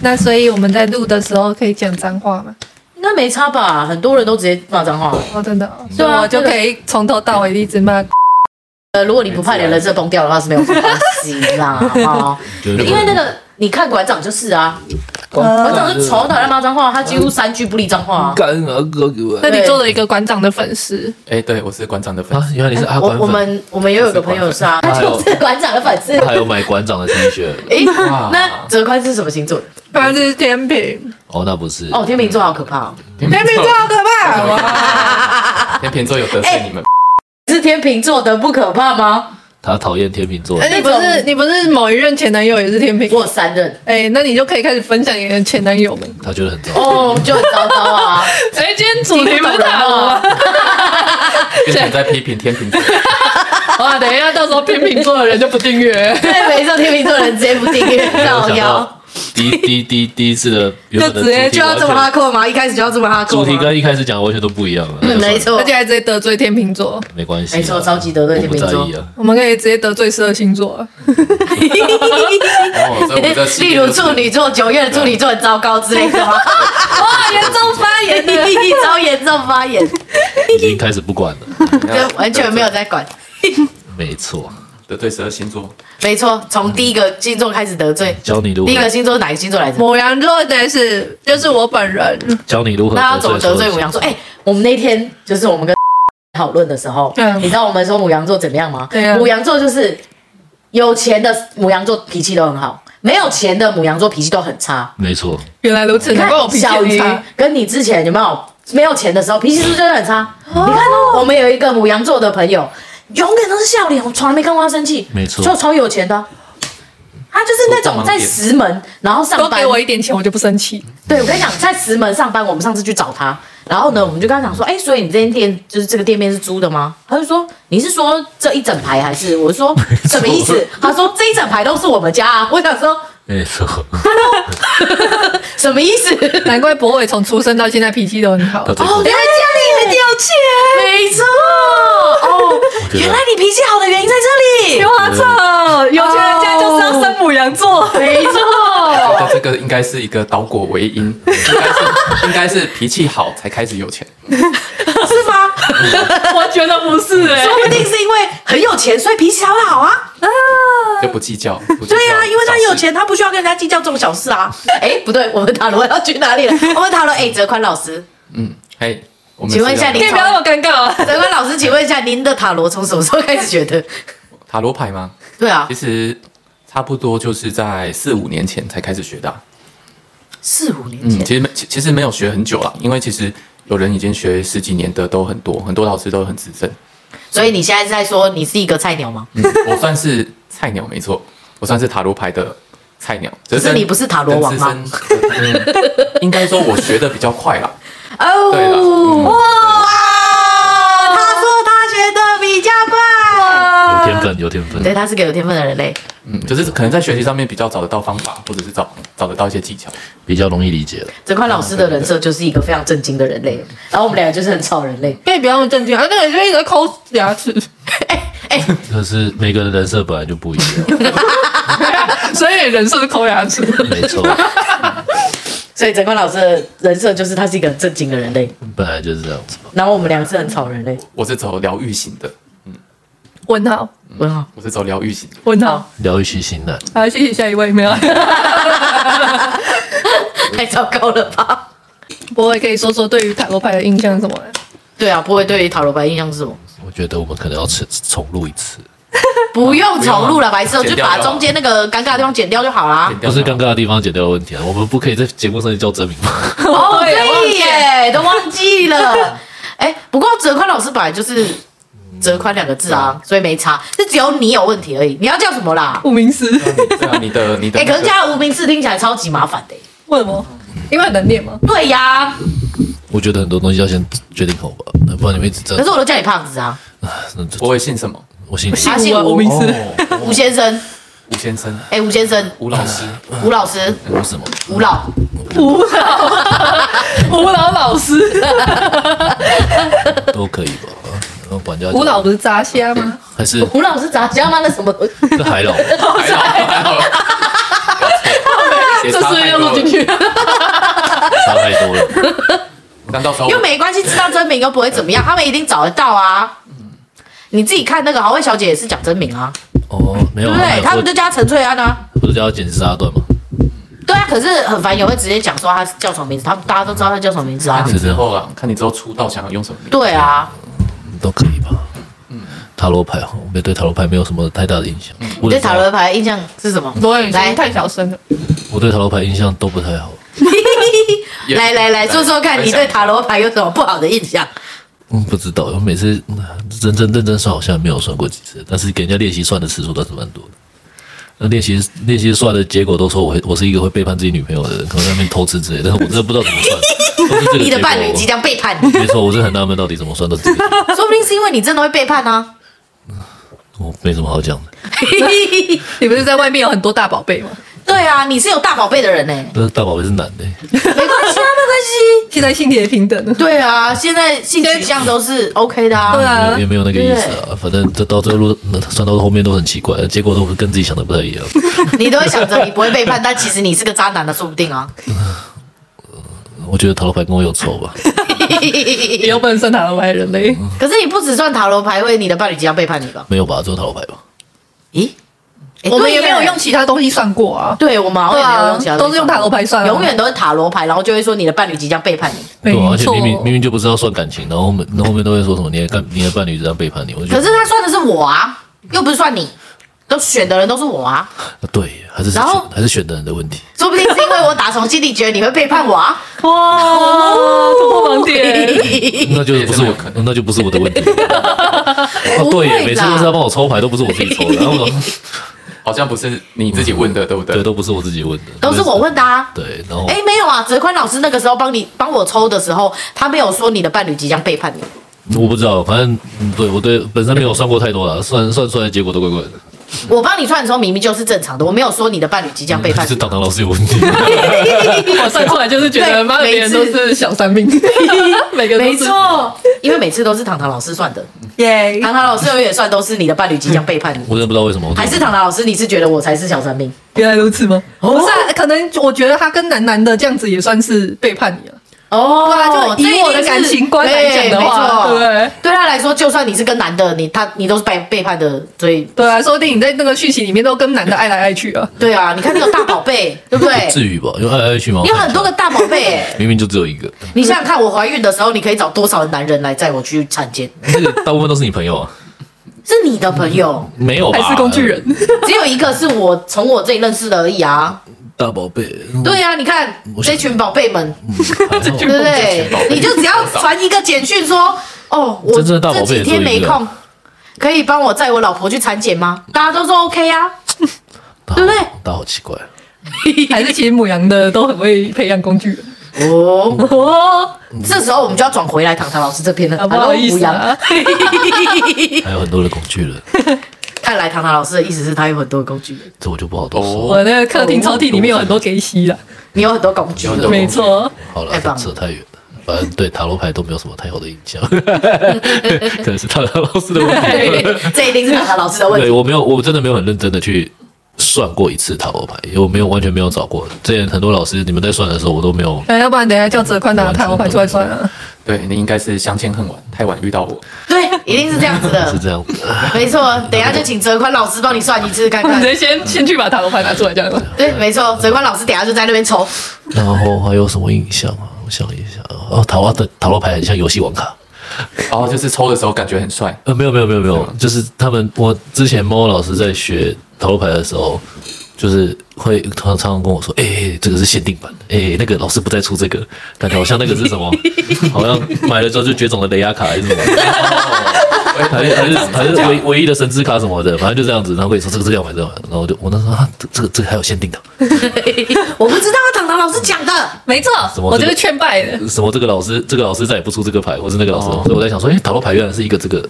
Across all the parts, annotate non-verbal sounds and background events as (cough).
那所以我们在录的时候可以讲脏话吗？应该没差吧？很多人都直接骂脏话。哦，真的哦，对啊我就可以从头到尾一直骂。呃，如果你不怕你的人设崩掉的话，是没有关系啦， (laughs) 哦，就是因为那个你看馆长就是啊，馆长就从头到尾在骂脏话，他几乎三句不离脏话啊。干啊哥给我那你做了一个馆长的粉丝，哎，对我是馆长的粉啊丝，！原来你是阿哎我馆我粉，们我们也有一个朋友是啊，他他有就是馆长的粉丝。他有买馆长的 T 恤 (laughs) 诶，那哲宽是什么星座？他是天平，哦，那不是哦，天秤座好可怕哦！天天秤平座座好可怕。天秤座有哎得罪你们，是天秤座的不可怕吗？他讨厌天秤座哎，，你不是你不是某一任前男友也是天平？我有三任哎，那你就可以开始分享你的前男友们。他觉得很糟。哦，就很糟糕 (laughs) 啊！哎，今天主题啊不是塔罗吗？变成在批评天 (laughs) 秤座。哇，等一下，到时候天秤座的人就不订阅，对，没错，天秤座的人直接不订阅，造想谣，到第一第一第一第一次的原就本的直接就要主这题么哈完全扣吗？一开始就要这么哈扣主题吗？跟一开始讲的完全都不一样了，嗯没错而且，还直接得罪天秤座。没关系啊，没错超级得罪我不天秤座在意啊。我们可以直接得罪十二星座。 (laughs) 哦，所以我这系例列就如是处女座，九月的处女座很糟糕之类 (laughs) 的吗？哇，严重发言的。超严重发言，已经开始不管了，就完全没有在管。没错。得罪十二星座，没错，从第一个星座开始得罪。教你如第一个何星座是哪个星座来着？母羊座的是就是我本人，教你如何那要怎么得罪母羊座？哎、我们那天就是我们跟 (laughs) 讨论的时候，嗯你知道我们说母羊座怎么样吗？对啊母羊座就是有钱的母羊座脾气都很好，没有钱的母羊座脾气都很差。没错，原来如此，你难看怪我脾气小很鱼差。跟你之前有没有没有钱的时候脾气是不是真的很差？你看哦，我们有一个母羊座的朋友，永远都是笑脸，我从来没看过他生气，没错就超有钱的啊。他就是那种在石门，然后上多班给我一点钱，我就不生气。 (laughs) 对，我跟你讲，在石门上班，我们上次去找他，然后呢，我们就跟他讲说，哎、所以你这间店就是这个店面是租的吗？他就说，你是说这一整排还是？我 (laughs) 说什么意思？他说这一整排都是我们家、啊。我想说没错，什么意思？哦，难怪博伟从出生到现在脾气都很好哦到。最后原来家里面有钱，没错。哦，觉得原来你脾气好的原因在这里。我操，啊有钱人家就是要生母啊羊座。没错，那这个应该是一个倒果为因，应该是应该是脾气好才开始有钱。是吗？我觉得不 (laughs) 是哎 (laughs) 说不定是因为很有钱，所以脾气才会好啊。就不计较。不计较对呀、因为他小事有。钱，他不需要跟人家计较这种小事啊。哎，不对，我们塔罗要去哪里了？ (laughs) 我们塔罗，哎，哲宽老师，嗯，哎，我们请问一下你是要可以不要那么尴尬啊。哲宽老师，请问一下，您的塔罗从什么时候开始学的？塔罗牌吗？对啊其，实差不多就是在四五年前才开始学的啊。四五年嗯，前，其实没其其实没有学很久啦，因为其实有人已经学十几年的都很多，很多老师都很资深。所以你现在是在说你是一个菜鸟吗？嗯，我算是菜鸟，没错，我算是塔罗牌的菜鸟。只是你不是塔罗王吗跟资深？嗯应该说我学的比较快啦。 (laughs) 哦，对啦嗯哇，他说他学的比较快，有天分，有天分。啊对，他是个有天分的人类。嗯，就是可能在学习上面比较找得到方法，或者是找找得到一些技巧。比较容易理解了。哲宽老师的人设就是一个非常正经的人类，然后我们两个就是很吵的人类。可以不要那么正经啊！那个就一直在抠牙齿，可是每个人人设本来就不一样， (laughs) 所以人设是抠牙齿。没错， (laughs) 所以哲宽老师的人设就是他是一个很正经的人类，本来就是这样子嘛。然后我们两个是很吵的人类。我是走疗愈型的， (laughs) 问号，问号，我是走疗愈型的。问号。疗愈系型男，好，谢谢下一位，没 (laughs) 有。 (laughs) 啊太糟糕了吧？博伟可以说说对于塔罗牌的印象是什么呢？对啊，不会对于塔罗牌印象是什么？我觉得我们可能要重重录一次，不用重录了，不用啊白痴，我就剪掉把就好中间那个尴尬的地方剪掉就好啦。不是尴尬的地方解掉的问题啊。我们不可以在节目上叫真名吗？ (laughs) 哦，对忘对记耶，都忘记了。 (laughs) 哎，不过哲宽老师本来就是“哲宽”两个字啊，所以没差，是只有你有问题而已。你要叫什么啦？顾名思，对啊，你的你的哎，那个，可是加了无名氏听起来超级麻烦的耶。为什么？因为很难念吗？对呀，我觉得很多东西要先决定好吧，不然你们一直这 (laughs) 可样是，我都叫你胖子啊，那就我会姓什么？我信他姓吴吴名思。哦，吴先生。吴先生，哎，吴先生，吴老 (laughs) 师，嗯吴老师，哎为什么？吴老，舞蹈，哦舞蹈老师，都可以吧，然后管家舞蹈不是炸虾吗？还是 (laughs) 吴哦哦老师咋叫吗？那什么东西？ (laughs) 是海老，还好还好，也这差是不是太要多录进了，去？啊差太多了。但到时候又没关系，知道真名又不会怎么样，他们一定找得到啊。嗯你自己看那个好味小姐也是讲真名啊，哦，没有对啊，不对？他他们就叫她陈翠安啊。不是叫剪沙段吗？对啊，可是很烦，也会直接讲说她叫什么名字，他们大家都知道她叫什么名字啊看。你之后啊，看你之后出道想要用什么名字。对啊，都可以吧。嗯塔罗牌，我没对塔罗牌没有什么太大的印象。你我对塔罗牌印象是什么？罗远来声太小声了，我对塔罗牌印象都不太好。 (laughs) 也来来来说说看，分你享对塔罗牌有什么不好的印象？嗯，不知道，我每次嗯认真认真算好像没有算过几次，但是给人家练习算的次数倒是蛮多的。那练习练习算的结果都说我会我是一个会背叛自己女朋友的人，可能在那边偷吃之类的，但是我真的不知道怎么算。都是 (laughs) 这个你的结果伴侣即将背叛你， (laughs) 没错，我是很纳闷到底怎么算到这个，说不定是因为你真的会背叛啊呢、我没什么好讲的。 (laughs) 你不是在外面有很多大宝贝吗？对啊，你是有大宝贝的人呢、但是大宝贝是男的、没关系啊，没关系。 (laughs) 现在性别平等 (laughs) 了，对啊，现在性取向都是 OK 的对啊。啊也，没有那个意思啊。反正这到这路算到后面都很奇怪，结果都跟自己想的不太一样。你都会想着你不会背叛，但其实你是个渣男的，说不 (laughs) 定啊。我觉得塔罗牌跟我有仇吧。也有不能算塔罗牌的人类，可是你不只算塔罗牌会你的伴侣即将背叛你吧？没有吧？只有塔罗牌吧？咦，诶我们哎对也没有耶用其他东西算过啊。对我们好像也没有用其对他啊东西都是用塔罗牌算啊永远都是塔罗牌，然后就会说你的伴侣即将背叛你。对、啊，而没且错，明明明明就不知道算感情，然后后面然后后面都会说什么你的干你的伴侣这样背叛你，我就觉可得是他算的是我啊，又不是算你，都选的人都是我啊，啊对，还是然后还是选的人的问题。说不定是因为我打从心底觉得你会背叛我啊。哇，突破盲点，那就 (laughs) 不是也我是有可，那就不是我的问题。哦，不会对啦耶，每次都是要帮我抽牌，都不是我自己 (laughs) 抽的，然后我好像不是你自己问的，对不对，对？都不是我自己问的，都是我问的啊对，然后哎，没有啊，哲宽老师那个时候帮你帮我抽的时候，他没有说你的伴侣即将背叛你。我不知道，反正嗯对我对本身没有算过太多了，算算出来的结果都怪怪的，我帮你算的时候明明就是正常的，我没有说嗯你的伴侣即将背叛是你。糖糖老师有问题。 (laughs) (laughs) 我算出来就是觉得对妈的，别人都是小三病， (laughs) 每个没都是错，啊因为每次都是糖糖老师算的，耶，糖糖老师永远算都是你的伴侣即将背叛你，我真的不知道为什么，我还是糖糖老师你是觉得我才是小三兵？原来如此吗？不哦是啊，可能我觉得他跟男男的这样子也算是背叛你了。哦对啊就以我的感情观来讲的话对对没错对他来说，就算你是跟男的，你他你都是背背叛的，所以对啊，说不定你在那个剧情里面都跟男的爱来爱去啊。对啊，你看那个大宝 (laughs) 贝，对不对？至于吧？因为爱来爱去嘛，你有很多个大宝贝耶、明明就只有一个，你想想看，我怀孕的时候，你可以找多少男人来载我去产检？那个大部分都是你朋友啊，是你的朋友， (laughs) 没有吧？还是工具人， (laughs) 只有一个是我从我这里认识的而已啊。大宝贝，对啊，你看我想这群宝贝们，这对不对宝？贝你就只要传一个简讯说，哦，我真正的大宝这贝几天也只有一没个空，可以帮我载我老婆去产检吗？大家都说 OK 啊。对不对？大好奇怪，还是其实母羊的都很会培养工具人。哦，哦，这时候我们就要转回来唐唐老师这边了。啊不好意思啊 Hello，吴阳 (laughs) 还有很多的工具人，看来唐唐老师的意思是他有很多工具人，这我就不好多说。 (laughs) 我那个客厅抽屉里面有很多给息 (laughs) 了，你有很多工具有很人。多没错，好了太棒，了扯太远了。反正对塔罗牌都没有什么太好的印象，可能是塔罗老师的问题。对，这一定是唐唐老师的问对题。我没有，我真的没有很认真的去算过一次塔罗牌，因为我没有完全没有找过。之前很多老师你们在算的时候，我都没有。那哎要不然等一下叫泽宽拿塔罗牌出来算啊。对你应该是相见恨晚，太晚遇到 (laughs) 我。对，一定是这样子的是。这样子，没错，等一下就请哲宽老师帮你算一次看 (laughs) 你看直。接先先去把塔罗牌拿出来，这样吗？对，没错，哲宽老师等一下就在那边抽。然后还有什么印象啊？我想一下，哦，塔罗的塔罗牌很像游戏王卡。然后就是抽的时候感觉很帅，呃，没有没有没有没有，就是他们，我之前猫老师在学塔罗牌的时候，就是会常常跟我说，哎、欸，这个是限定版的，哎、那个老师不再出这个，感觉好像那个是什么，好像买了之后就绝种的雷亚卡还是什么，还是还是还是唯唯一的神之卡什么的，反正就这样子，然后跟你说这个这个要买这个要买，然后我就我那时候啊，这这个这个还有限定的，我不知道啊，唐唐老师讲的。没错，么我就是劝败的。什么这个老师这个老师再也不出这个牌，或是那个老师，哦所以我在想说，哎、塔罗牌原来是一个这个，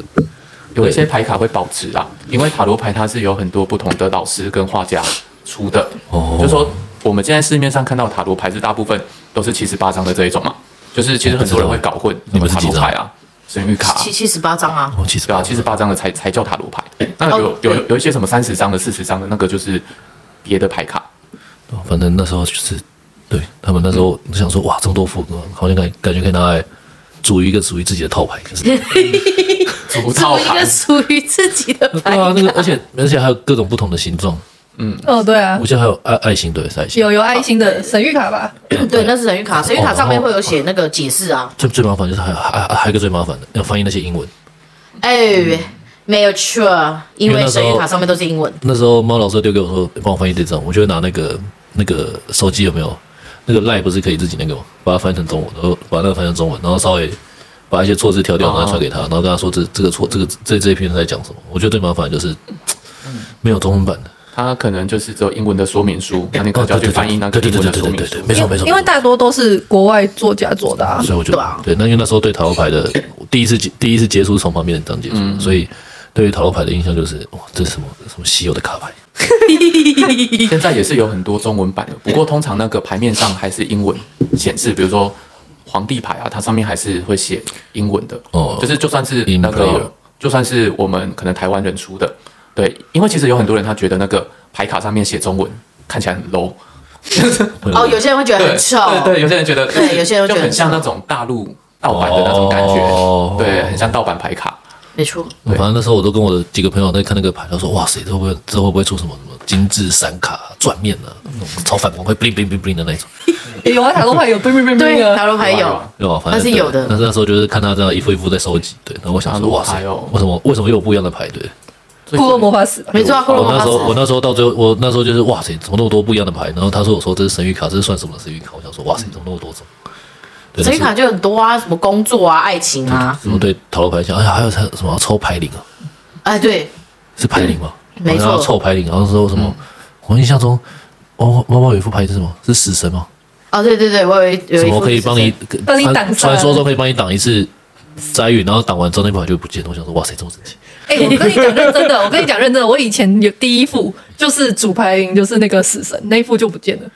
有一些牌卡会保值啦，因为塔罗牌它是有很多不同的老师跟画家出的，哦就说我们现在市面上看到塔罗牌是大部分都是七十八张的这一种嘛，就是其实很多人会搞混你你们们是塔几罗张牌啊、神谕 (laughs) 卡啊、七七十八张啊，哦，其实对啊，七十八张的才才叫塔罗牌。那有哦 (laughs) 有有一些什么三十张的、四十张的，那个就是别的牌卡。哦反正那时候就是对他们那时候想说，哇，这么多副歌，好像感感觉可以拿来组一个属于自己的套牌，可是对做主套一牌个，属于自己 (laughs) 的牌啊，那个而卡。且而且还有各种不同的形状，哦，对啊我，记得还有爱爱心，对，是爱心。有有爱心的神谕卡吧？对，那是神谕卡，神谕卡上面会有写那个解释啊。最最麻烦就是还还还还有一个最麻烦的，要翻译那些英文。哎，没有错，因因为为那时神候谕卡上面都是英文。那时候猫老师丢给我说，帮我翻译这张，我就会拿那个那个手机有没有那个赖不是可以自己那个吗？把它翻成中文，然后把那个翻成中文，然后稍微把一些错字挑掉，然后传给他，然后跟他说这这个错这个这这一篇在讲什么。我觉得最麻烦的就是没有中文版的，它可能就是只有英文的说明书，那你可哦能就对要去对翻译那对个对英对对对文的说对明对书对，。没错没错，因为大多都是国外作家做的啊。所以我就对啊对，那因为那时候对塔罗牌 (laughs) 的我第一次接第一次接触是从旁边的当接触，嗯所以对于塔罗牌的印象就是哇，这是什么什么稀有的卡牌。 (laughs) 现在也是有很多中文版的，不过通常那个牌面上还是英文显示，比如说皇帝牌啊，它上面还是会写英文的。哦就是就算是那 Imperial 个，就算是我们可能台湾人出的，对，因为其实有很多人他觉得那个牌卡上面写中文看起来很 low，哦，有些人会觉得对很丑，对对，有些人觉得，对有些人会觉就得很很像那种大陆盗版的那种感觉，哦对，很像盗版牌卡。没错。反正那时候我都跟我的几个朋友在看那个牌，他说：“哇塞，这会不会这会不会出什么什么金字闪卡转面啊，那种超反光会 bling bling bling bling 的那种，有啊，塔罗牌有，冰冰冰对冰，啊。塔罗牌有有啊，对吧？反正那是有的对但是那时候就是看他这样一副一副在收集，对。然后我想说，啊哇塞牌哦，为什么为什么又有不一样的牌？对。骷髅魔法使吧。没错啊，骷髅我魔那法时候我使。那时候到最后，我那时候就是哇塞，怎么那么多不一样的牌？然后他说我说这是神谕卡，这是算什么的神谕卡？我想说哇塞，怎么那么多种？对神谕嗯卡就很多啊，什么工作啊、爱情啊，我对塔罗牌讲，哎呀，还有什么抽牌灵啊？哎，对，是牌灵吗？嗯没错嗯然后抽牌灵，然后说什么？我印象中，哦，猫猫有一副牌是什么？是死神吗？哦，对对对，我有一有什一么副可以帮你帮你啊挡传杀说中可以帮你挡一次灾运，然后挡完之后那把就不见了。我想说，哇塞，这么神奇！哎、我跟你 (laughs) 讲认真的，我跟你讲认真的，我以前有第一副就是主牌营，就是那个死神那一副就不见了。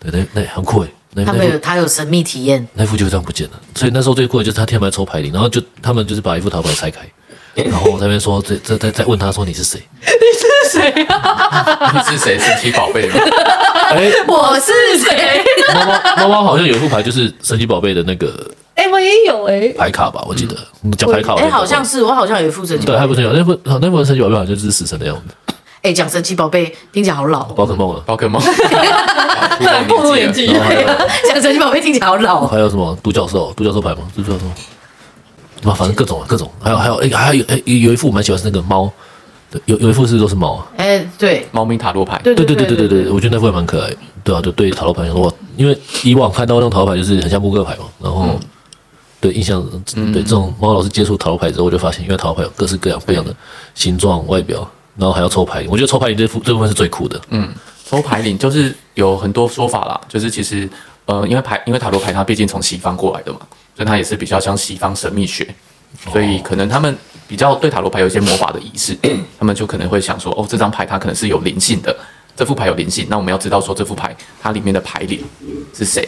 对，那那很酷诶，那他那们有副他有神秘体验，那副就这样不见了。所以那时候最酷的就是他天牌抽牌灵，然后就他们就是把一副塔牌 (laughs) 拆开。然后我在那边说，这这在在问他说你是谁？你是谁？神奇宝贝吗？哎，我是谁？猫猫猫猫好像有一副牌就是神奇宝贝的那个哎、我也有哎、牌卡吧，我记得讲牌卡我就不嗯哎，会，好像是我好像有一副神奇对，宝还贝。不是有那副那副神奇宝贝好像就是死神的样子，哎，讲神奇宝贝听起来好老，哦宝可梦啊了。宝 (laughs) 可梦，暴暴露年纪了然后还有讲神奇宝贝听起来好老。哦还有什么独角兽？啊独角兽牌吗？独角兽，啊，反正各种啊各种，还有还有哎、还有哎、有一副我蛮喜欢是那个猫，对，有有一副是不是都是猫啊？哎，对猫咪塔罗牌，对对对对对对对对，对，我觉得那副还蛮可爱的。对啊，就对塔罗牌来说，因为以往看到那种塔罗牌就是很像扑克牌嘛，然后、对印象对这种猫老师接触塔罗牌之后，我就发现，因为塔罗牌有各式各样不一样的形状、外表，然后还要抽牌，我觉得抽牌这副这部分是最酷的。抽牌领就是有很多说法啦，就是其实呃，因为牌，因为塔罗牌它毕竟从西方过来的嘛，所以它也是比较像西方神秘学，所以可能他们比较对塔罗牌有一些魔法的仪式，他们就可能会想说，哦，这张牌它可能是有灵性的，这副牌有灵性，那我们要知道说这副牌它里面的牌领是谁，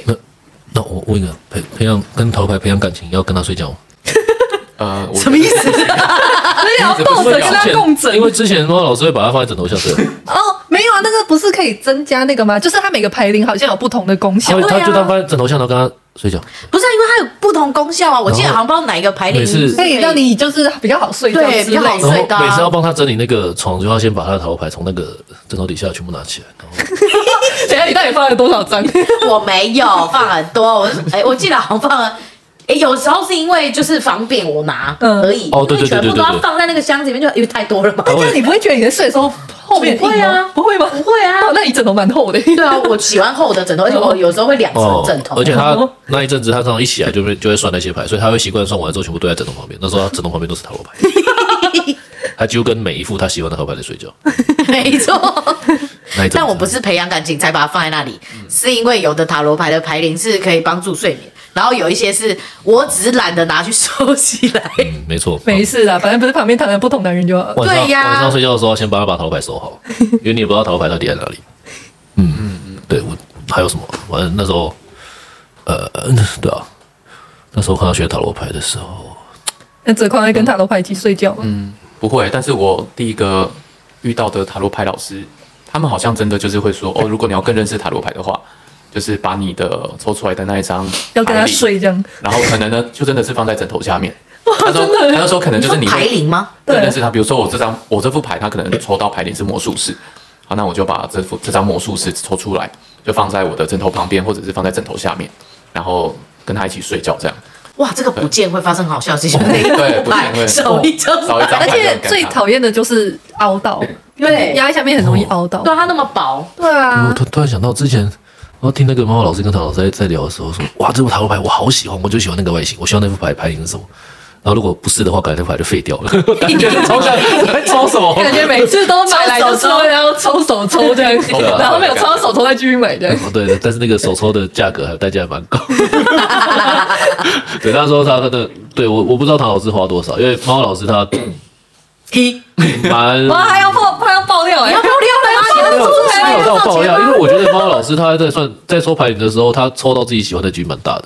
那我问一个，培培养跟塔罗牌培养感情，要跟他睡 (laughs) 觉吗？呃，我什么意思？所以要这不啊抱是着聊跟他之前共枕因为之前猫老师会把它放在枕头下睡。 (laughs) 哦，没有啊，那个不是可以增加那个吗？就是它每个牌灵好像有不同的功他效会，对啊他就当放在枕头下，然后跟他睡觉。不是啊，因为它有不同功效啊。我记得好像不知道哪一个牌灵每次可以让 (laughs) 你就是比较好睡觉对之比较好类的。睡然睡后的啊每次要帮他整理那个床，就要先把他的塔罗牌从那个枕头底下全部拿起来。然后等一下你到底放了多少张？我没有放很多，我哎、我记得好像放了。哎、有时候是因为就是方便我拿嗯而已，哦对因为对对全部对都要对对放在那个箱子里面，就因为太多了嘛。这样你不会觉得你在睡的时候后面很硬吗不会不会啊吗？不会啊哦，那你枕头蛮厚的。对啊，我喜欢厚的枕头，而且我有时候会两层枕头。哦而且他那一阵子，他常常一起来就会就会算那些牌，所以他会习惯哦算完之后全部堆在枕头旁边。那时候他枕头旁边都是塔罗 (laughs) 牌，他几乎跟每一副他喜欢的塔罗牌在睡觉。 (laughs) 没错，哎那一阵子但我不是培养感情才把它放在那里，是因为有的塔罗牌的牌灵是可以帮助睡眠，然后有一些是我只是懒得拿去收起来。嗯，没错，没事啦，反正不是旁边躺着不同男人就好了。晚上对呀晚上睡觉的时候，先帮他把塔罗牌收好，因为你也不知道塔罗牌到底在哪里。嗯嗯嗯，对我还有什么？反正那时候，呃，对啊，那时候看到学塔罗牌的时候，那哲宽会跟塔罗牌一起睡觉吗？不会，但是我第一个遇到的塔罗牌老师，他们好像真的就是会说，哦，如果你要更认识塔罗牌的话，就是把你的抽出来的那一张要跟他牌里睡这样，然后可能呢，就真的是放在枕头下 (laughs) 面。他说，他那时候可能就是你牌会灵吗？对认识他，比如说我这张我这副牌，他可能抽到牌里是魔术师，好，那我就把这副这张魔术师抽出来，就放在我的枕头旁边，或者是放在枕头下面，然后跟他一起睡觉这样。哇，这个不见会发生好笑的事情，哦对不见牌会哎哦少一张少一张牌而且最讨厌的就是凹到，对啊压在下面很容易凹到。对啊它那么薄，对我啊，突突然想到之前，我听那个漫画老师跟唐老师在在聊的时候说，哇，这副塔罗牌我好喜欢，我就喜欢那个外形，我希望那副牌牌型是什么。然后如果不是的话，感觉那副牌就废掉了。 (laughs) 感觉抽象在抽什么？感觉每次都买来就是为了要抽手抽这样手抽，然后没有抽到手抽再继续买这样。哦，对，但是那个手抽的价格还有代价还蛮高。 (laughs) 对，那时候他那个，对我我不知道唐老师花多少，因为猫老师他一蛮哇，他要破，他要爆料哎！要不要撩了吗？你没们有出没有来到爆料，因为我觉得猫老师他在算在抽牌的时候，他抽到自己喜欢的局蛮大的。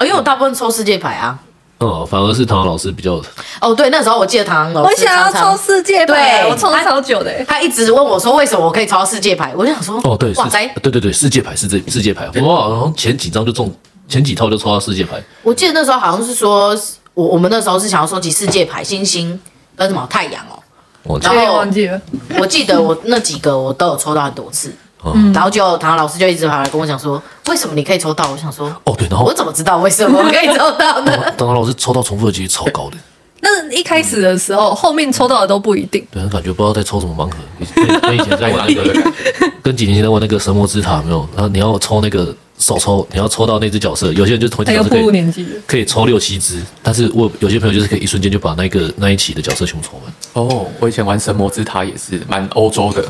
因为我大部分抽世界牌啊。哦，反而是唐老师比较哦，对，那时候我记得唐老我师想要常常抽世界牌，对我抽了超久的哎。他一直问我说为什么我可以抽到世界牌，我就想说，哦，对，哇是塞，对对对，世界牌是这世界牌，我好像前几张就中，前几套就抽到世界牌，我记得那时候好像是说，我我们那时候是想要收集世界牌、星星跟什么太阳哦。我然后我也忘记了， (laughs) 我记得我那几个我都有抽到很多次，嗯然后就唐老师就一直跑来跟我讲说，为什么你可以抽到？我想说，哦对，然后我怎么知道为什么 (laughs) (laughs) 我可以抽到呢？唐唐老师抽到重复的几率超高 (laughs) 的， (laughs) 那一开始的时候，后面抽到的都不一定。对，感觉不知道在抽什么盲盒。跟跟以前在玩那 (laughs) 个，跟几年前在玩那个神魔之塔有没有，然后你要抽那个手抽，你要抽到那只角色，有些人就同一他只角又色步入可以年纪了，可以抽六七只，但是我有些朋友就是可以一瞬间就把那个那一期的角色全部抽完。哦，我以前玩神魔之塔也是蛮欧洲的，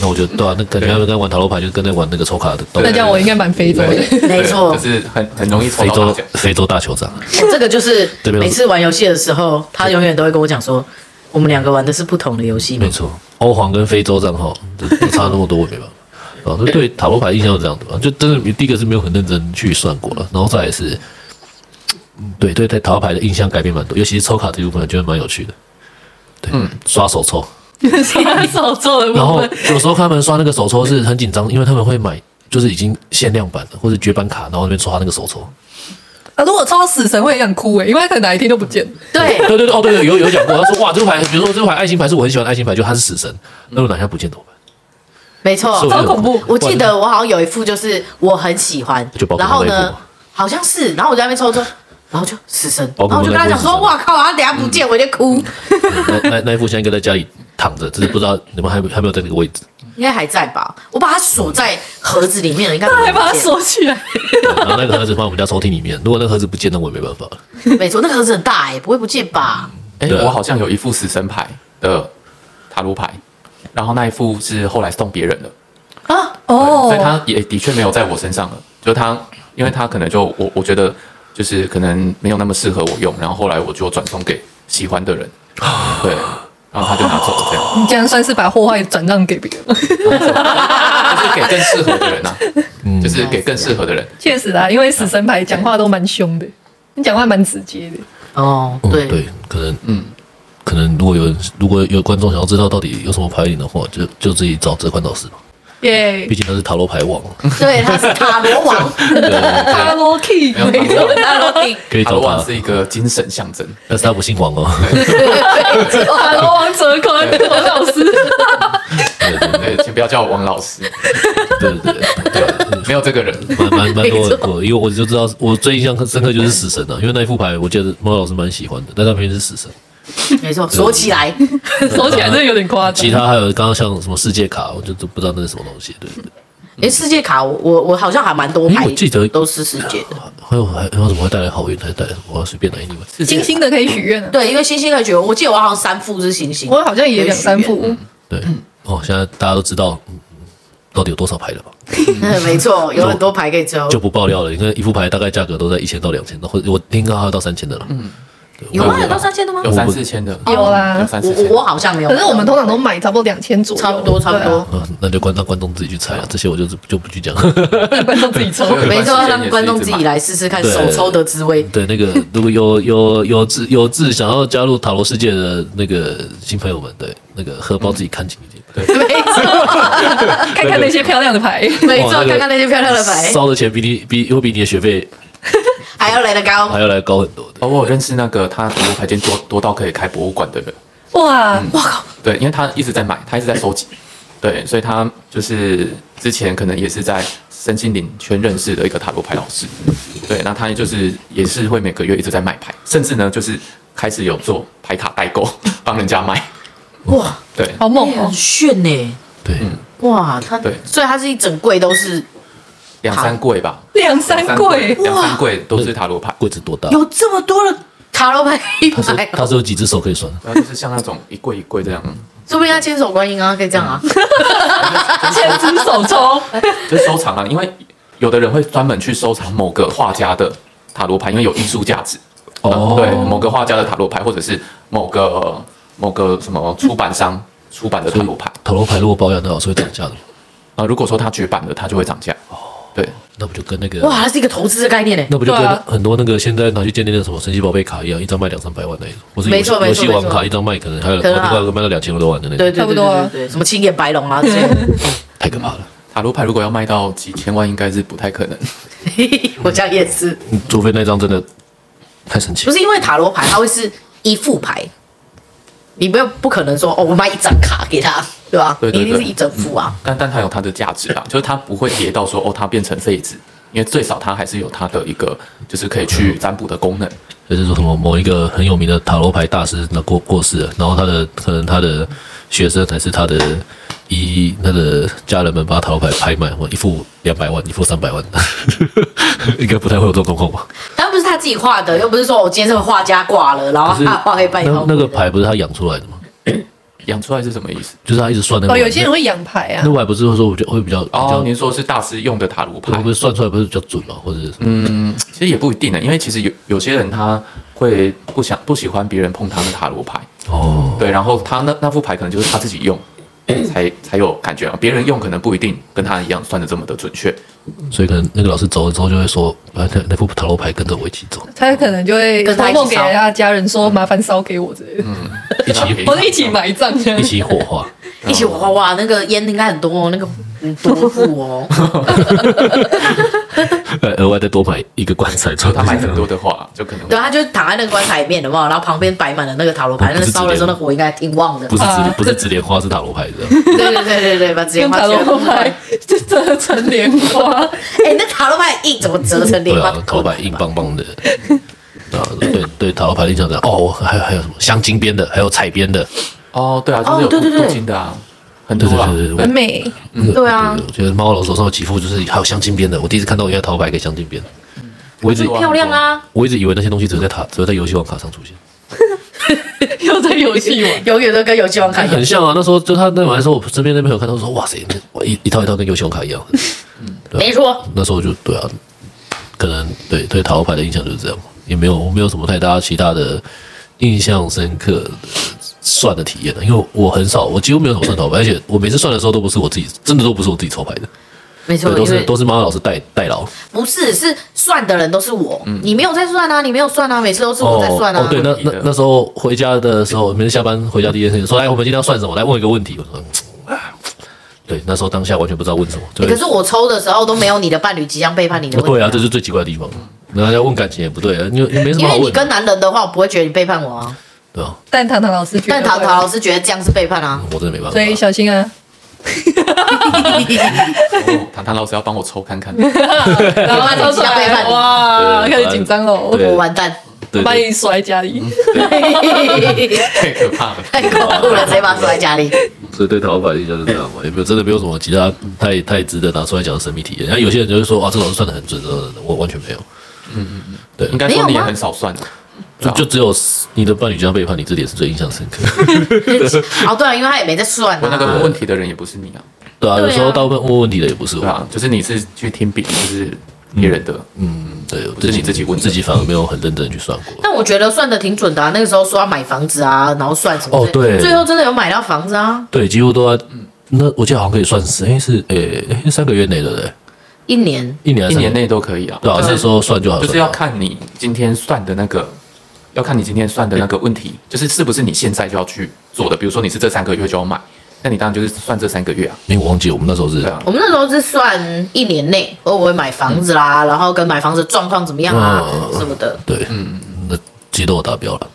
那我觉得对啊，那感觉他们跟玩塔罗牌就跟在玩那个抽卡的道理那这样我应该蛮非洲的。对没错就是很很容易抽非到大洲奖。非洲大酋长，这个就是对没有每次玩游戏的时候，他永远都会跟我讲说，我们两个玩的是不同的游戏嘛没。错，欧皇跟非洲账号这这差那么多，我没办法。啊，那对塔罗牌印象是这样的吧？就真的第一个是没有很认真去算过了，然后再来是，嗯对对对，塔罗牌的印象改变蛮多，尤其是抽卡这一部分，我觉得蛮有趣的。对，刷手抽， (laughs) 手抽的部然后分，有时候他们刷那个手抽是很紧张，因为他们会买就是已经限量版的或者绝版卡，然后那边刷那个手抽。啊，如果抽到死神会很想哭哎，因为他可能哪一天都不见 (laughs) 了。对，对对对，哦对对，有有讲过，他说哇，这个牌，比如说这个牌爱心牌是我很喜欢的爱心牌，就它是死神，那我哪下不见怎么办？没错哦是，不是超恐怖我记得我好像有一副就是我很喜欢就，宝可然梦后那一部呢嘛，好像是，然后我在那边抽抽，然后就死神，宝然可后梦我就跟他讲那嗯一说，部是哇靠，他等下不见我就哭，那 (laughs) 那那一副现在应该在家里躺着，只是不知道你们还有还没有在那个位置。应该还在吧？我把它锁在盒子里面了，应该不他还会把它不见锁起来，然后那个盒子放我们家抽屉里面，如果那个盒子不见，那我也没办法了。没错，那个盒子很大哎，不会不见吧？哎、对啊我好像有一副死神牌的塔罗牌，然后那一副是后来送别人的，啊，哦所以他也的确没有在我身上了。就是他，因为他可能就我我觉得就是可能没有那么适合我用，然后后来我就转送给喜欢的人，对，然后他就拿走了这样，你竟然算是把祸害转让给别人了，就是给更适合的人啊，就是给更适合的人。确实啊啦，因为死神牌讲话都蛮凶的，你讲话蛮直接的。哦，嗯，对，对，可能嗯，可能如果有人如果有观众想要知道到底有什么牌灵的话，就就自己找折宽老师吧，耶毕，竟他是塔罗牌 (laughs) 王， (laughs) 对，他是塔罗王，塔罗 key，没有 (laughs) 塔罗王塔罗顶，可以塔找罗王他，是一个精神象征，但是他不姓王哦。塔罗啊王哲宽，王老师，对对对，请不要叫我王老师， (laughs) 对对对对，没有这个人。蛮蛮蛮多很多，因为我就知道我最印象深刻就是死神了、因为那一副牌我记得猫老师蛮喜欢的，但他偏是死神。没错，锁起来，锁起来真的有点夸张其。他还有刚刚像什么世界卡，我就都不知道那是什么东西。对对对，哎，世界卡我我我好像还蛮多因牌，为我记得都是世界的，还有还还有什么会带来好运，还带来什么？我要随便来你们。星星的可以许愿啊，对，因为星星的觉得，我记得我好像三副是星星，我好像也两三副，对，哦，现在大家都知道、嗯、到底有多少牌了吧？嗯没错，有很多牌可以抽就。不爆料了，因为一副牌大概价格都在一千到两千，或者我听到还有到三千的了。嗯，有我吗？也有到三千的吗？有三四千的，有啦有我三四我千。我好像没有。可是我们通常都买差不多两千左右，差不多差不对啊多，啊，那就观让观众自己去猜啊了，这些我就就不去讲。观啊众自己抽。啊没错，让观众自己来试试看对嗯手抽的滋味。 (laughs) 对，那个如果有有有志有志想要加入塔罗世界的那个新朋友们，对那个荷包自己看紧一嗯点。没错，看看那些漂亮的牌。没错，哇那个看看那些漂亮的牌，烧的钱比你比会比你的学费还要来得高还。要来高很多的。哦，我有认识那个他塔罗牌店多多到可以开博物馆的人，哇，对，因为他一直在买，他一直在收集，对，所以他就是之前可能也是在身心灵圈认识的一个塔罗牌老师，对，那他就是也是会每个月一直在卖牌，甚至呢就是开始有做牌卡代购，帮人家卖，哇，对，好猛哦很！炫呢！对，嗯哇，他对所以他是一整柜都是，两三柜吧，两三柜，两三柜都是塔罗牌，柜子多大？有这么多的塔罗牌一他是排哦，他是有几只手可以算？然后就是像那种一柜一柜这样，说不定他千手观音啊，可以这样啊。千只手抽，就收藏啊，因为有的人会专门去收藏某个画家的塔罗牌，因为有艺术价值。哦对，某个画家的塔罗牌，或者是某个某个什么出版商出版的塔罗牌。塔罗牌如果保养的好是会涨价的嘛，啊、如果说它绝版了，它就会涨价。对，那不就跟那个哇，它是一个投资的概念呢。那不就对啊跟很多那个现在拿去鉴定的什么神奇宝贝卡一样，一张卖两三百万那一种，或是游没戏错没游错戏王没卡错一张卖可能还有可能啊另外一个卖到两千多万的那对种，对差不对多啊对对，什么青眼白龙啊之类的，太可怕了。塔罗牌如果要卖到几千万，应该是不太可能。我家也是，嗯除非那张真的太神奇不，是因为塔罗牌它会是一副牌，你不要不可能说哦，我买一张卡给他，对吧？对对对你一定是一整副啊。但但它有它的价值啦，就是它不会跌到说哦，它变成废纸，因为最少它还是有它的一个就是可以去占卜的功能。就是说什么某一个很有名的塔罗牌大师那过过世了，然后他的可能他的学生还是他的一他的家人们把塔罗牌拍卖，我一副两百万，一副三百万，应该不太会有这种状况吧？但不是他自己画的，又不是说我哦今天这个画家挂了，然后可是他画黑白那条。那个牌不是他养出来的吗？养出来是什么意思？就是他一直算那个哦，牌，有些人会养牌啊嗯那。我还不是说我觉得会比较比哦，较，您说是大师用的塔罗牌会不，嗯会算出来不是比较准嘛？或者是其实也不一定呢，因为其实有有些人他会不想不喜欢别人碰他的塔罗牌，哦，对，然后他那那副牌可能就是他自己用。才才有感觉啊，别人用可能不一定跟他一样算的这么的准确。所以可能那个老师走了之后就会说，把那那副塔罗牌跟着我一起走，他可能就会跟他托一起烧嗯梦给他家人说：“麻烦烧给我之类的，一起或者一起埋葬。”一起火化。一起画哇，那个烟应该很多哦，那个很多副哦。呃， (laughs) 额外再多买一个棺材，之后他买很多 (laughs) 的话，就可能对，他就躺在那个棺材里面，有没有？然后旁边摆满了那个塔罗牌，那哦不是烧的时候那火应该挺旺的不。是啊紫不是紫莲花，是塔罗牌的。 (laughs) 对对对对对，把纸用钱花塔起来罗。牌就折成莲花，哎，那塔罗牌很硬怎么折成莲对花啊？，塔罗牌硬邦邦 (laughs) 的。啊，对对，塔罗牌的印象的哦，还有还有什么镶金边的，还有彩边的，哦，对啊，就是哦对对有对镀金的啊，很多啊对对对，对很美。对啊，我觉得猫老手上有几副就是还有镶金边的，我第一次看到原来塔罗牌可以镶金边，嗯我一直漂亮啊，我一直以为那些东西只会在塔只会在游戏王卡上出现，又在游戏玩，永远都跟游戏王卡一样很像啊。那时候就他那晚的时候，我身边那朋友看到说，哇塞，那一一套一套跟游戏王卡一样。没错，那时候就对啊，可能对对塔罗牌的印象就是这样，也没有我没有什么太大其他的印象深刻的算的体验啊了，因为我很少，我几乎没有怎么算塔罗牌，而且我每次算的时候都不是我自己，真的都不是我自己抽牌的，没错对，，都因是为都是妈妈老师代代劳。不是是算的人都是我，你没有在算啊，你没有算啊，每次都是我在算嗯哦啊，。对，那那那时候回家的时候，每次下班回家第一件事情说，哎来，我们今天要算什么？来问一个问题。我说，嗯对，那时候当下完全不知道问什么，就欸可是我抽的时候都没有你的伴侣即将背叛你的问题。对啊，这是最奇怪的地方。然后要问感情也不对啊，你你没什么因好为你问的，跟男人的话，我不会觉得你背叛我啊。对啊，但糖糖老师觉得，但陶陶老师觉得这样是背叛 (laughs) 啊。我真的没办法。所以小心啊！哦糖糖老师要帮我抽看看， (laughs) 然后他抽出要背来叛了，你哇，对开始紧张喽，对我完蛋，对把对你锁在家里。太可怕了。 (laughs) 太恐怖 (laughs) 了，直接把他锁在家里。所以对塔罗牌的印象是这样嘛，也没有真的没有什么其他太太值得拿出来讲的神秘体验。然后有些人就会说啊，这老师算的很准，呃我完全没有，应该说没你有也吗很少算的，啊啊就就只有你的伴侣这样背叛你，这点是最印象深刻。 (laughs) 哦，对啊，因为他也没在算我那个啊。问问题的人也不是你啊，对啊，对啊有时候大部分问问题的也不是对啊我，啊，就是你是去听别人，就是别人的。嗯，对，我是你自己问的自己反而没有很认真地去算过。但我觉得算的挺准的啊，那个时候说要买房子啊，然后算什么之类的哦对最后真的有买到房子啊，对，几乎都要。那我记得好像可以算是，哎，是诶、诶三个月内的嘞，一年一年还一是年内都可以啊，对啊，那时候算就好，就是要看你今天算的那个，要看你今天算的那个问题，就是是不是你现在就要去做的。比如说你是这三个月就要买，那你当然就是算这三个月啊。因为我忘记我们那时候是对啊我们那时候是算一年内，哦我会买房子啦，然后跟买房子状况怎么样啊、嗯什么的。对，嗯，那其实都有达标了。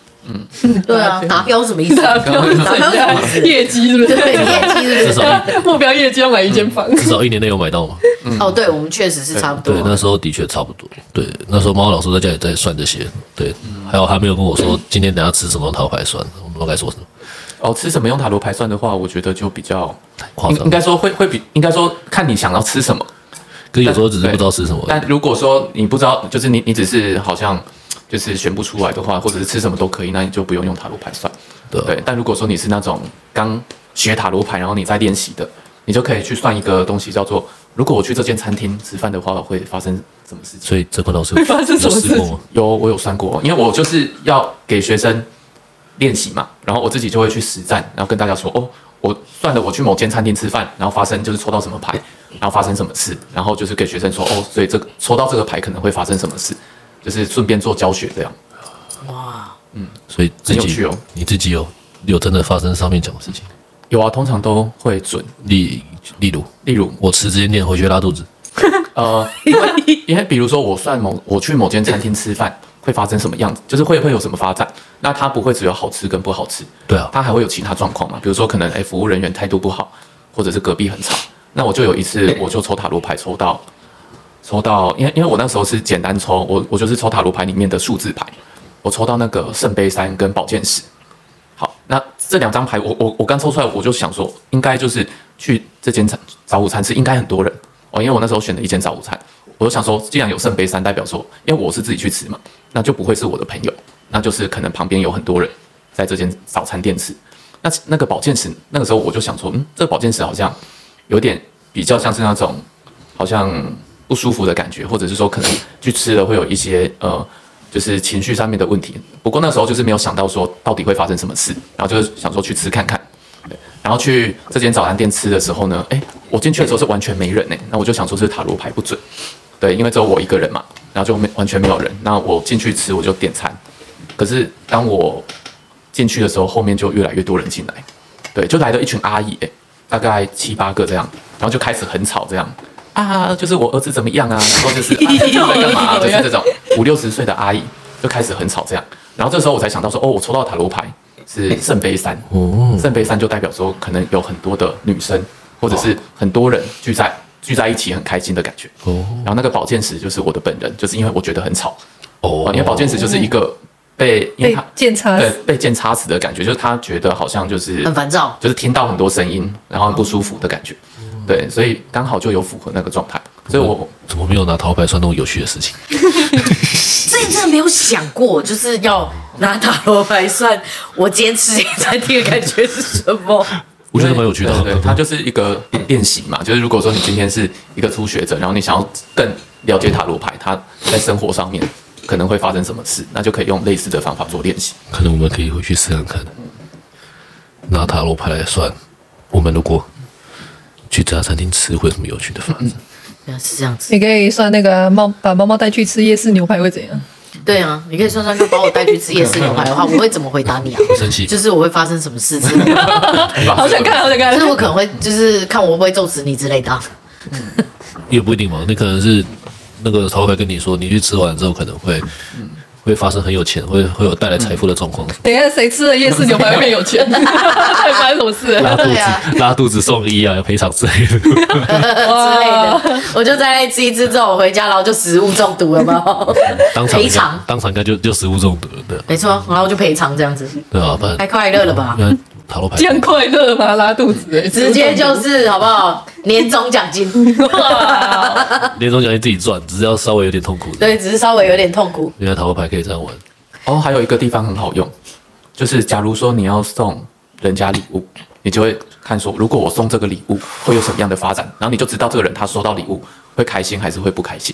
对啊，达标什么意思？达标 (laughs) 达标什么意思？业绩是不对，是？业绩 (laughs) 是不是？至少 (laughs) 一目标业绩要买一间房。嗯至少一年内有买 (laughs) 到嘛？哦，对，我们确实是差不多嗯啊对，。那时候的确差不多。对，那时候猫老师在家里在算这些。对，还有他没有跟我说今天等下吃什么套牌算，我们该说什么哦，吃什么用塔罗牌算的话，我觉得就比较太夸应张应。该说会会比应该说看你想要吃什么。可有时候只是不知道吃什么而已。但如果说你不知道，就是你你只是好像就是选不出来的话，或者是吃什么都可以，那你就不用用塔罗牌算。对啊对，但如果说你是那种刚学塔罗牌，然后你在练习的，你就可以去算一个东西，叫做如果我去这间餐厅吃饭的话，会发生什么事情？所以这块老师 (laughs) 有发生什么事有试过吗？有，我有算过，因为我就是要给学生练习嘛，然后我自己就会去实战，然后跟大家说，哦，我算了，我去某间餐厅吃饭，然后发生就是抽到什么牌，然后发生什么事，然后就是给学生说，哦，所以这个抽到这个牌可能会发生什么事，就是顺便做教学这样。哇，所以自很有己趣哦你自己有有真的发生上面讲的事情，有啊，通常都会准，例例如例如我吃这间店回去拉肚子，呃，因为因为比如说我算某我去某间餐厅吃饭会发生什么样子，就是会会有什么发展，那它不会只有好吃跟不好吃，对啊，它还会有其他状况嘛？比如说可能哎、诶服务人员态度不好，或者是隔壁很吵。那我就有一次，我就抽塔罗牌抽到，抽到，因为因为我那时候是简单抽，我我就是抽塔罗牌里面的数字牌，我抽到那个圣杯三跟宝剑十。好，那这两张牌我我我刚抽出来，我就想说，应该就是去这间餐早午餐吃，应该很多人哦，因为我那时候选了一间早午餐，我就想说，既然有圣杯三，代表说，因为我是自己去吃嘛，那就不会是我的朋友，那就是可能旁边有很多人在这间早餐店吃。那那个保健室，那个时候我就想说，嗯，这个保健室好像有点比较像是那种好像不舒服的感觉，或者是说可能去吃了会有一些呃，就是情绪上面的问题。不过那时候就是没有想到说到底会发生什么事，然后就是想说去吃看看。对然后去这间早餐店吃的时候呢，哎，我进去的时候是完全没人哎、那我就想说是塔罗牌不准，对，因为只有我一个人嘛，然后就没完全没有人。那我进去吃我就点餐，可是当我进去的时候，后面就越来越多人进来，对，就来了一群阿姨、欸，大概七八个这样，然后就开始很吵这样。啊，就是我儿子怎么 (laughs) 样啊？然后就是、啊、你儿子在干嘛、啊？就是这种五六十岁的阿姨就开始很吵这样。然后这时候我才想到说，哦，我抽到塔罗牌是圣杯三，哦，圣杯三就代表说可能有很多的女生或者是很多人聚在聚在一起很开心的感觉。哦然后那个宝剑十就是我的本人，就是因为我觉得很吵，哦呃因为宝剑十就是一个被因为被他剑插对死，被剑插死的感觉，就是他觉得好像就是很烦躁。就是听到很多声音，然后很不舒服的感觉。嗯对，所以刚好就有符合那个状态，所以我怎么没有拿桃牌算那种有趣的事情？之前真的没有想过，就是要拿塔罗牌算我今天吃这餐厅的感觉是什 (laughs) 么。我觉得蛮有趣的啊对，对对它就是一个练习嘛。就是如果说你今天是一个初学者，然后你想要更了解塔罗牌，它在生活上面可能会发生什么事，那就可以用类似的方法做练习。可能我们可以回去试看看，拿塔罗牌来算，我们如果去这家餐厅吃会有什么有趣的发展？原来是这样子，你可以算那个猫，把猫猫带去吃夜市牛排会怎样？对啊，你可以算算看，把我带去吃夜市牛排的话，我会怎么回答你啊？生气就是我会发生什么事情？就好想看，好想看是！我可能会就是看我会不会揍死你之类的啊。 (laughs) 也不一定嘛，那可能是那个桃牌跟你说，你去吃完之后可能会会发生很有钱，会会有带来财富的状况，等一下谁吃了夜市牛排会变有 (laughs) 钱？还发生什么事了？拉肚对子、啊拉肚子送医啊，赔偿之类的。之类的，我就在那吃一吃之后，我回家然后就食物中毒了嘛，当场赔应该偿，当场应该就就食物中毒了，对啊 (laughs) 没错，然后就赔偿这样子，对啊，不太然快乐了吧？那塔罗牌这样快乐吗？拉肚子、欸，直接就是好不好？年终奖金， (laughs) 哇！年终奖金自己赚，只是要稍微有点痛苦的。对，只是稍微有点痛苦。原来塔罗牌可以这样玩，哦，还有一个地方很好用，就是假如说你要送人家礼物，你就会看说，如果我送这个礼物会有什么样的发展，然后你就知道这个人他收到礼物会开心还是会不开心。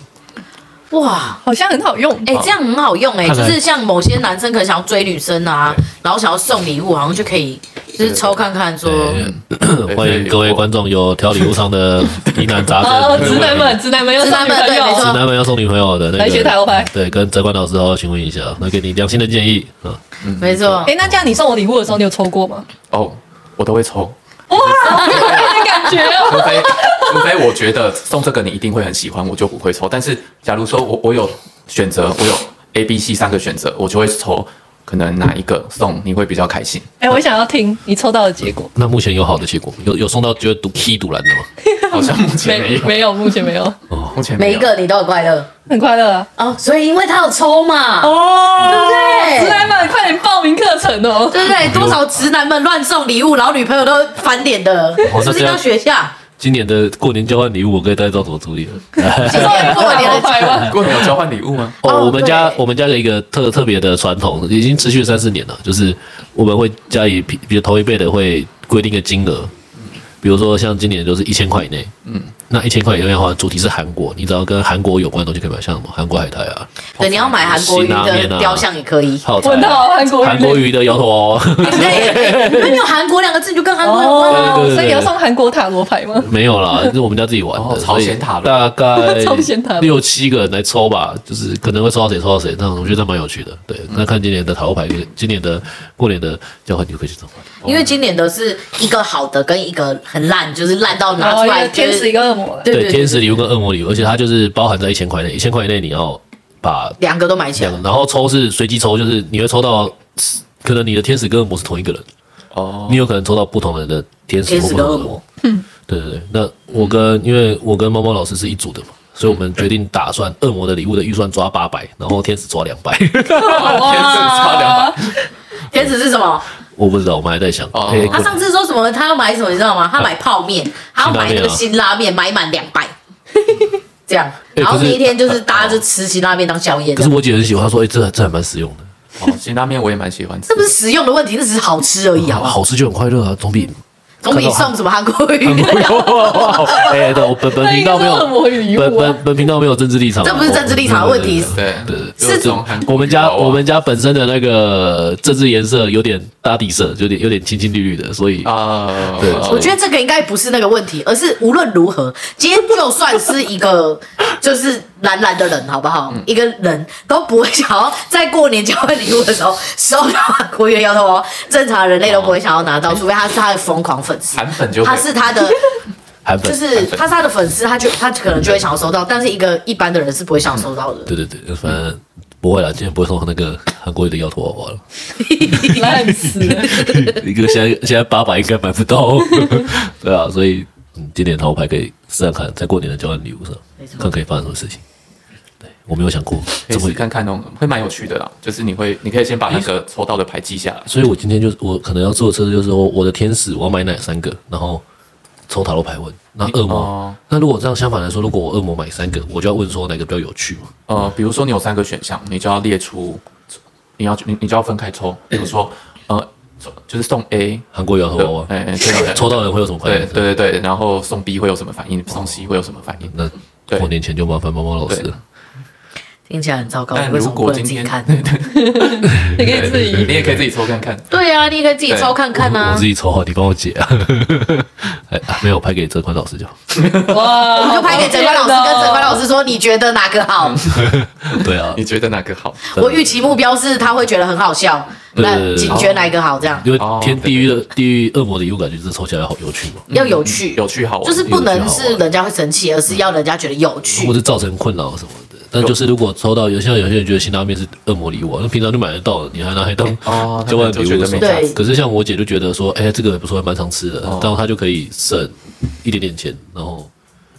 哇， (laughs) 好像很好用。哎、这样很好用哎、看就来是像某些男生可能想要追女生啊对，然后想要送礼物，好像就可以就是抽看看说， (laughs) 对哎嗯欢迎各位观众有挑礼物上的疑难杂呃，症，直男们，直男们要直上男女们朋对没友错，直男们要送女朋友的那个来学塔罗牌对，跟哲冠老师好好询问一下，来给你良心的建议啊。没错哎、，那这样你送我礼物的时候，你有抽过吗？哦，我都会抽，没感觉哦。除非 (laughs) 除非我觉得送这个你一定会很喜欢，我就不会抽。但是假如说我我有选择，我有 A、B、C 三个选择，我就会抽，可能哪一个送你会比较开心？ (laughs) 哎、我想要听你抽到的结果。那目前有好的结果，有有送到觉得赌 key 赌蓝的吗？好像目前没有，没有，目前没有，目前没每一有。个你都很快乐很快乐啊。哦，所以因为他有抽嘛，哦，对直男们，快点报名课程 (laughs) 哦。对不对？多少直男们乱送礼物，然后女朋友都翻脸的，哦是不那是这样要学一下？今年的过年交换礼物，我跟大家知道怎么处理了。今年过年好的快吗？过年有交换礼物吗？哦，哦我们对家我们家的一个特特别的传统，已经持续三四年了，就是我们会家里比比如头一辈的会规定一个金额，比如说像今年就是一千块以内，嗯，那一千块以内的话，主题是韩国，你只要跟韩国有关的东西可以买，像什么韩国海苔啊、对，你要买韩国瑜辛拉面的啊雕像也可以。泡菜问啊、到韩国韩国语，鱼的摇 (laughs) 头哦，对，那你有韩国两个字，你就跟韩国有关啊。对对哦对对所以你要送韩国塔罗牌吗？没有啦，是我们家自己玩哦的，朝鲜塔所以 (laughs) 大罗概朝鲜塔罗六七个人来抽吧，就是可能会抽到谁抽到谁，那我觉得蛮有趣的。对，那看今年的塔罗牌，今年的过年的交换，你就可以去抽。因为今年的是一个好的跟一个很烂，就是烂到拿然后出一来个啊天使，一，个恶魔。对对对，对，天使礼物跟恶魔礼物，而且它就是包含在一千块内，一千块以内你要把两个都买起来两，个，然后抽是随机抽，就是你会抽到，可能你的天使跟恶魔是同一个人，哦，你有可能抽到不同人的天使天或使不跟同恶恶魔魔。。对对对，那我跟因为我跟猫猫老师是一组的嘛，所以我们决定打算恶魔的礼物的预算抓八百，然后天使抓两百。(laughs) (laughs) 天使差两百，天使是什么？我不知道，我们还在想。哎哦嘿他啊上次说什么？他要买什么？你知道吗？他买泡面，他要买那个辛辛拉面，买满两百，这样。哎然后可那是一天就是大家就吃辛拉面当宵夜可这是样，我姐很喜欢，她说：“哎、这这还蛮实用的，哦，辛拉面我也蛮喜欢吃这不。是实用的问题，那只是好吃而已，好不好？好吃就很快乐啊，总比……总比送什么韩国语，哦哎、对，我本本频道没那一定是恶魔与礼物啊有本本本频道没有政治立场，啊这不是政治立场的问题对对对对 (laughs) 对对有这种韩国我们味家道啊我们家本身的那个政治颜色有点大地色，有点有点青青绿绿的，所以啊，对我觉得这个应该不是那个问题，而是无论如何，今天就算是一个 (laughs) 就是蓝蓝的人，好不好？一个人都不会想要在过年交换礼物的时候收到韩国月摇头哦， (laughs) 正常人类都不会想要拿到，除非他是他的疯狂粉丝，韩粉就会他是他的。韩粉就是他是他的粉丝，他就他可能就会想要收到，但是一个一般的人是不会想收到的。对对对，反正不会啦，今天不会送那个韩国语的摇头娃娃 (laughs) 了， (laughs) 烂死了！ (laughs) 一个现在现在八百应该买不到， (laughs) 对啊，所以嗯，今年头牌可以试试看，在过年的交换礼物上没错，看可以发生什么事情。对我没有想过可这以么试看看哦，会蛮有趣的啦。就是你会，你可以先把那哎个抽到的牌记下来。所以我今天就是我可能要做的测试，就是说我的天使我要买哪三个，然后抽塔罗牌问。那恶魔，哦那如果这样相反来说，如果我恶魔买三个，我就要问说哪个比较有趣嘛？呃，比如说你有三个选项，你就要列出，你要你你就要分开抽。哎比如说，呃，抽就是送 A，韩国摇头娃哎娃，哎，对抽到人会有什么反对应？对对对，然后送 B 会有什么反应，送 C 会有什么反应？那对过年前就麻烦猫猫老师对了。听起来很糟糕，但为什如么不果能今自己天看？你可以自对己你也可以自己抽看看。对啊，你也可以自己对抽看看我啊自，己抽好，你帮我解啊。哎，啊没有拍给哲宽老师就好。哇，我就拍给陈冠老啊师，跟陈冠老师。师说，你觉得哪个好？对啊，你觉得哪个好？我预期目标是他会觉得很好笑，对那警觉哪一个好？这样因为哦天地狱的地狱恶魔的礼物感觉，这抽起来好有趣嘛，要有趣，有趣好玩，就是不能有趣好是玩人家会生气，而是要人家觉得有或趣。者造成困扰什么的。但就是如果抽到有像有些人觉得辛拉面是恶魔礼物、啊，那平常就买得到了，你还拿来当 (laughs) 哦交换礼物的时候那就觉得没价值可是像我姐就觉得说，哎、这个不错，还蛮常吃的，哦然后她就可以省一点点钱，然后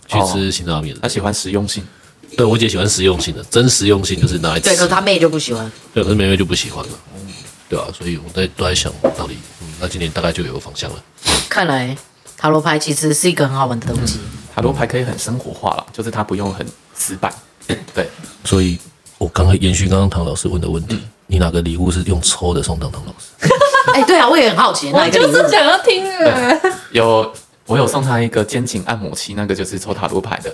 去哦吃辛拉面。他喜欢实用性。对我姐喜欢实用性的，真实用性就是拿来吃。对，可是他妹就不喜欢。对，可是妹妹就不喜欢了，对啊，所以我在都在想到底，嗯，那今年大概就有个方向了。看来塔罗牌其实是一个很好玩的东西。塔罗牌可以很生活化啦，就是它不用很死 (laughs) 板。对，所以我刚刚延续刚刚唐老师问的问题，嗯你哪个礼物是用抽的送唐唐老师？哎，对啊，我也很好奇，哪 (laughs) 我一个礼就物是想要听啊，有我有送他一个肩颈按摩器，那个就是抽塔罗牌的。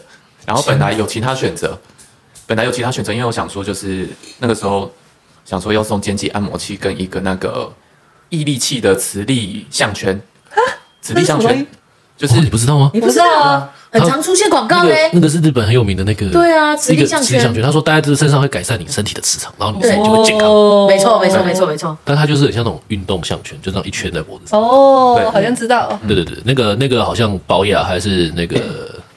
然后本来有其他选择，本来有其他选择，因为我想说，就是那个时候想说要送肩颈按摩器跟一个那个毅力器的磁力项圈，磁力项啊那是什么圈就是哦，你不知道吗？你不知道啊？很他常出现广告那嘞个。那个是日本很有名的那个，对啊磁力一个项磁力圈项圈。他说大家这身上会改善你身体的磁场，然后你身对体就会健啊康。哦没错，没错，没错，没错。但它就是很像那种运动项圈，就这样一圈在脖子上。哦对，好像知道。对对对，那个那个好像保雅还是那个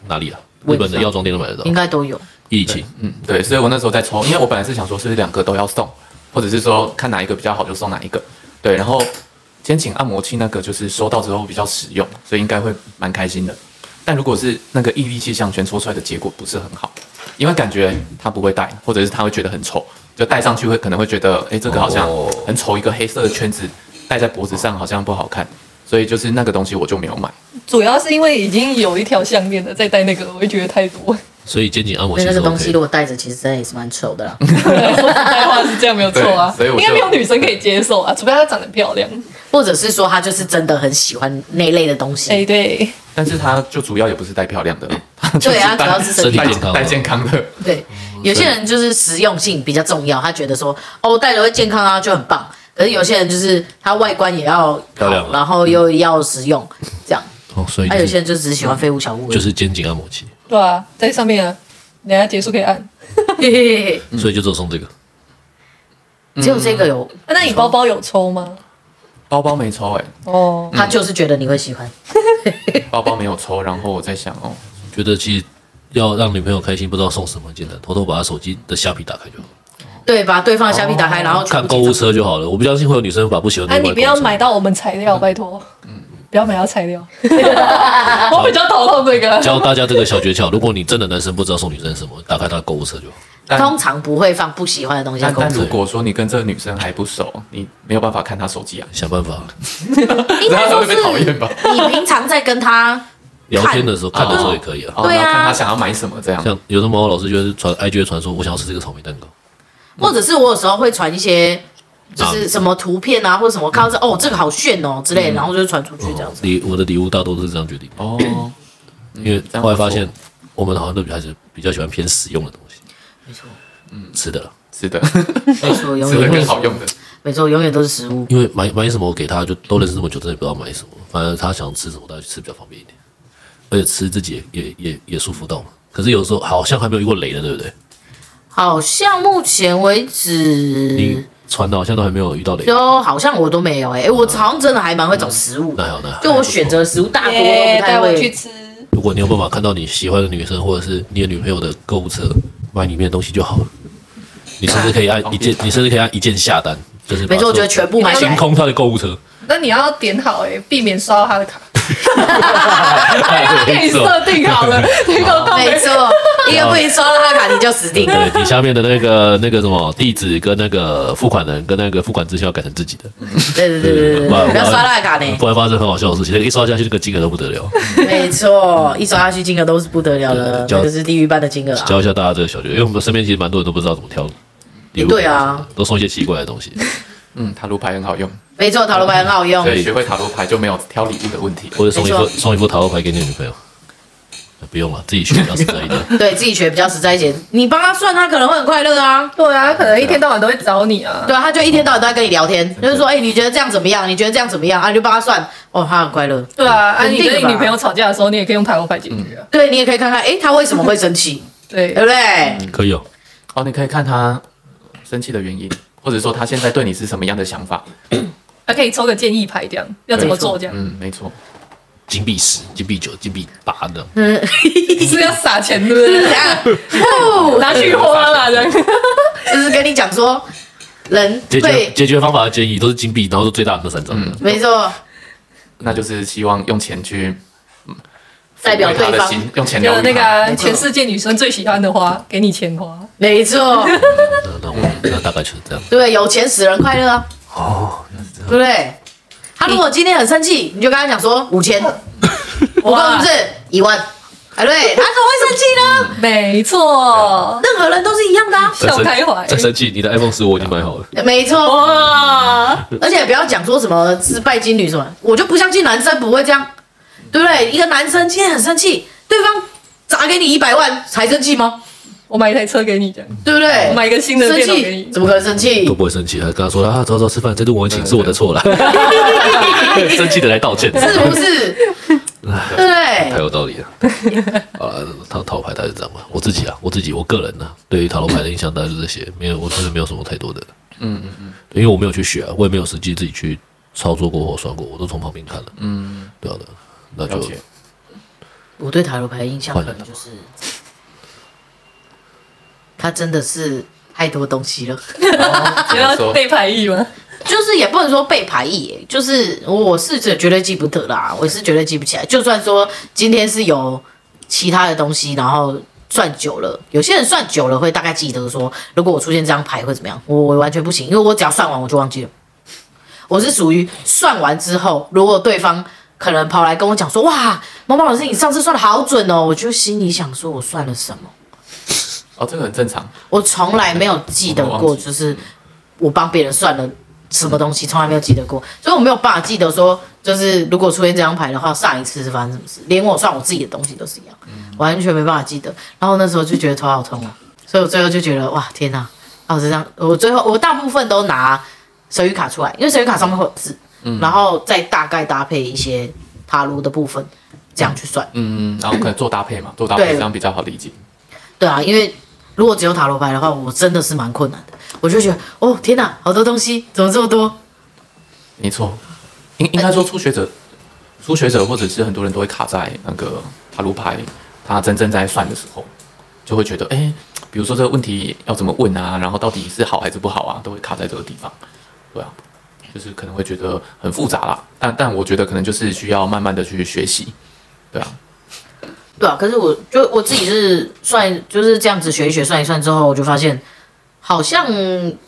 哪里啊？日本的药妆店都买得到应。该都有。疫情，嗯，对，所以我那时候在抽，因为我本来是想说，是不是两个都要送，或者是说看哪一个比较好就送哪一个。对，然后肩颈按摩器那个就是收到之后比较实用，所以应该会蛮开心的。但如果是那个毅力气项圈抽出来的结果不是很好，因为感觉他不会戴，或者是他会觉得很丑，就戴上去会可能会觉得，哎，这个好像哦很丑，一个黑色的圈子戴在脖子上好像不好看，所以就是那个东西我就没有买。主要是因为已经有一条项链了，再戴那个，我会觉得太 (laughs) 多。所以肩颈按摩因器为那是个东西 OK 的如。果戴着，其实真的也是蛮丑的啦。说实在话是这样没有错啊，对所以我应就该没有女生可以接受啊，除非她长得漂亮。或者是说他就是真的很喜欢那类的东西。哎，对，但是它就主要也不是戴漂亮的，对啊， (laughs) 就是戴主要是身身体体。戴健康啊戴健康的。对，有些人就是实用性比较重要，他觉得说哦，戴着会健康啊，就很棒。可是有些人就是他外观也要好漂亮啊然后又要实用，这样。哦，所以那有些就是人就只喜欢废物小物而已，就是肩颈按摩器，对啊，在上面啊，等下结束可以按。啊嘿嘿嘿所以就只有送这个。嘿只有这个有，啊那你包包有抽吗？包包没抽哎、哦，他就是觉得你会喜欢。包包没有抽，然后我在想哦，觉得其实要让女朋友开心，不知道送什么很简单，偷偷把她手机的虾皮打开就好，对，把对方的虾皮打开，然后全看部购物车就好了。我不相信会有女生把不喜欢的啊，东西你放不在购要物车买到我们材料，拜托。不要买到材料， (laughs) 我比较头痛这个。教大家这个小诀窍，如果你真的男生不知道送女生什么，打开他的购物车就好。但通常不会放不喜欢的东西在但购物但车。如果说你跟这个女生还不熟，你没有办法看她手机啊，想办法应然该后她说会被讨是厌吧？你平常在跟他聊天的时候看的时候也可以啊。哦对啊然后看她想要买什么这样。像有的猫老师就是传 IG 会传说，我想要吃这个草莓蛋糕，或者是我有时候会传一些就是什么图片啊，或者什么看到这哦这个好炫哦之类的，然后就传出去这样哦子。礼我的礼物大多都是这样决定，哦，因为这样后来不发错现我们好像都比较是比较喜欢偏实用的东西。没错，嗯，吃的啦，是的，没 (laughs) 错，永是的远更都好是用的。没错，永远都是食物。因为买买什么我给他，就都认识这么久，真的不知道买什么。反正他想吃什么，大家去吃比较方便一点，而且吃自己也也也也舒服到嘛。可是有时候好像还没有遇过雷的，对不对？好像目前为你止，传的好像都还没有遇到雷，嗯就好像我都没有哎、欸，我好像真的还蛮会找食物的，那还好，那还好就我选择的食物大多都耶不哎带太我去会。吃。如果你有办法看到你喜欢的女生或者是你的女朋友的购物车，买里面的东西就好了。你甚至可以按一键，你甚至可以按一键下单，就是把没错，我觉得全部买起清来。空他的购 (laughs) 物车。那你要点好哎，避免刷到他的卡。 (laughs) 给你没错设定好了，结果到没错，一个不小心刷到他的卡，你就死定了。对你下面的那个那个什么地址跟那个付款人跟那个付款资讯要改成自己的，对对对对对不然对，不要刷他的卡呢。不然发生很好笑的事情，那个一刷下去那个金额都不得了。没错，一刷下去金额都是不得了了，对那个是地狱般的金额啊。教一下大家这个小诀，因为我们身边其实蛮多人都不知道怎么挑礼物，对啊，都送一些奇怪的东西。嗯，塔罗牌很好用，没错，塔罗牌很好用所。以学会塔罗牌就没有挑礼物的问题了。或者送一没副错送一副塔罗牌给你的女朋友，不用了，自己选比较实在一点。 (laughs) 对自己学比较实在一点，你帮他算，他可能会很快乐啊。对啊，可能一天到晚都会找你啊。对啊，他就一天到晚都在跟你聊天，就是说，哎、你觉得这样怎么样？你觉得这样怎么样？啊，你就帮他算，哦，他很快乐。对啊，啊，你肯跟定的你吧女朋友吵架的时候，你也可以用塔罗牌解决啊。对你也可以看看，哎、他为什么会生气，对对，不对？可以哦，哦，你可以看她生气的原因，或者说她现在对你是什么样的想法。还呃可以抽个建议牌，这样要怎么做？这啊样嗯，没错。金币十、金币九、金币八的，是要撒钱对不 (laughs) 对？拿去花啦，这样。就是跟你讲说，人解决会解决方法的建议都是金币，然后是最大的那三张。没错，那就是希望用钱去代表抚慰她对的方，心，用钱疗有愈那个她啊全世界女生最喜欢的花，给你钱花。没错，那那我那大概就是这样。对，有钱使人快乐啊，哦，对不对？他如果今天很生气，你就跟他讲说五 (laughs) 千，我告诉你是一万，哎，对，他怎么会生气呢？没错，任何人都是一样的、啊。笑开怀。再生气，你的 iPhone 十我已经买好了。没错，哇，而且不要讲说什么是拜金女什么，我就不相信男生不会这样，对不对？一个男生今天很生气，对方砸给你一百万才生气吗？我买一台车给你，这样对不对？买一个新的生电脑给气你，怎么可能生气都？不会生气，他跟他说啊，走走吃饭，这顿我请，是我的错啦。 (laughs) 生气的来道歉，是不是？对不太对？有道理了。好了，塔塔罗牌大概是这样吧。我自己啊，我自己我个人呢、对于塔罗牌的印象大概就是这些，没有，我真的没有什么太多的。嗯嗯嗯，对因为我没有去学、啊，我也没有实际自己去操作过或算过，我都从旁边看的。嗯，对啊，对啊那了就解。我对塔罗牌的印象可能就是，他真的是太多东西了， (laughs) 你然后要哦说，啊被排异吗？就是也不能说被排异，就是我是绝对记不得啦，我是绝对记不起来。就算说今天是有其他的东西，然后。算久了，有些人算久了会大概记得说，如果我出现这张牌会怎么样？我我完全不行，因为我只要算完我就忘记了。我是属于算完之后，如果对方可能跑来跟我讲说：“哇，毛毛老师，你上次算的好准哦！”我就心里想说：“我算了什么？哦，这个很正常，我从来没有记得我过，忘记就是我帮别人算了什么东西，从来没有记得过，所以我没有办法记得说，就是如果出现这张牌的话，上一次是发生什么事，连我算我自己的东西都是一样，嗯完全没办法记得。然后那时候就觉得头好痛哦，所以我最后就觉得哇，天哪！啊，我这张我最后我大部分都拿手语卡出来，因为手语卡上面会有字，嗯然后再大概搭配一些塔罗的部分，这样去算。嗯，然后可能做搭配嘛，做搭配对这样比较好理解。对啊，因为如果只有塔罗牌的话，我真的是蛮困难的。我就觉得，哦天哪，好多东西，怎么这么多？没错，应应该说初学者，初学者或者是很多人都会卡在那个塔罗牌，他真正在算的时候，就会觉得，哎、比如说这个问题要怎么问啊，然后到底是好还是不好啊，都会卡在这个地方。对啊，就是可能会觉得很复杂啦，但但我觉得可能就是需要慢慢的去学习。对啊，对啊，可是我就我自己是算就是这样子学一学，算一算之后，我就发现，好像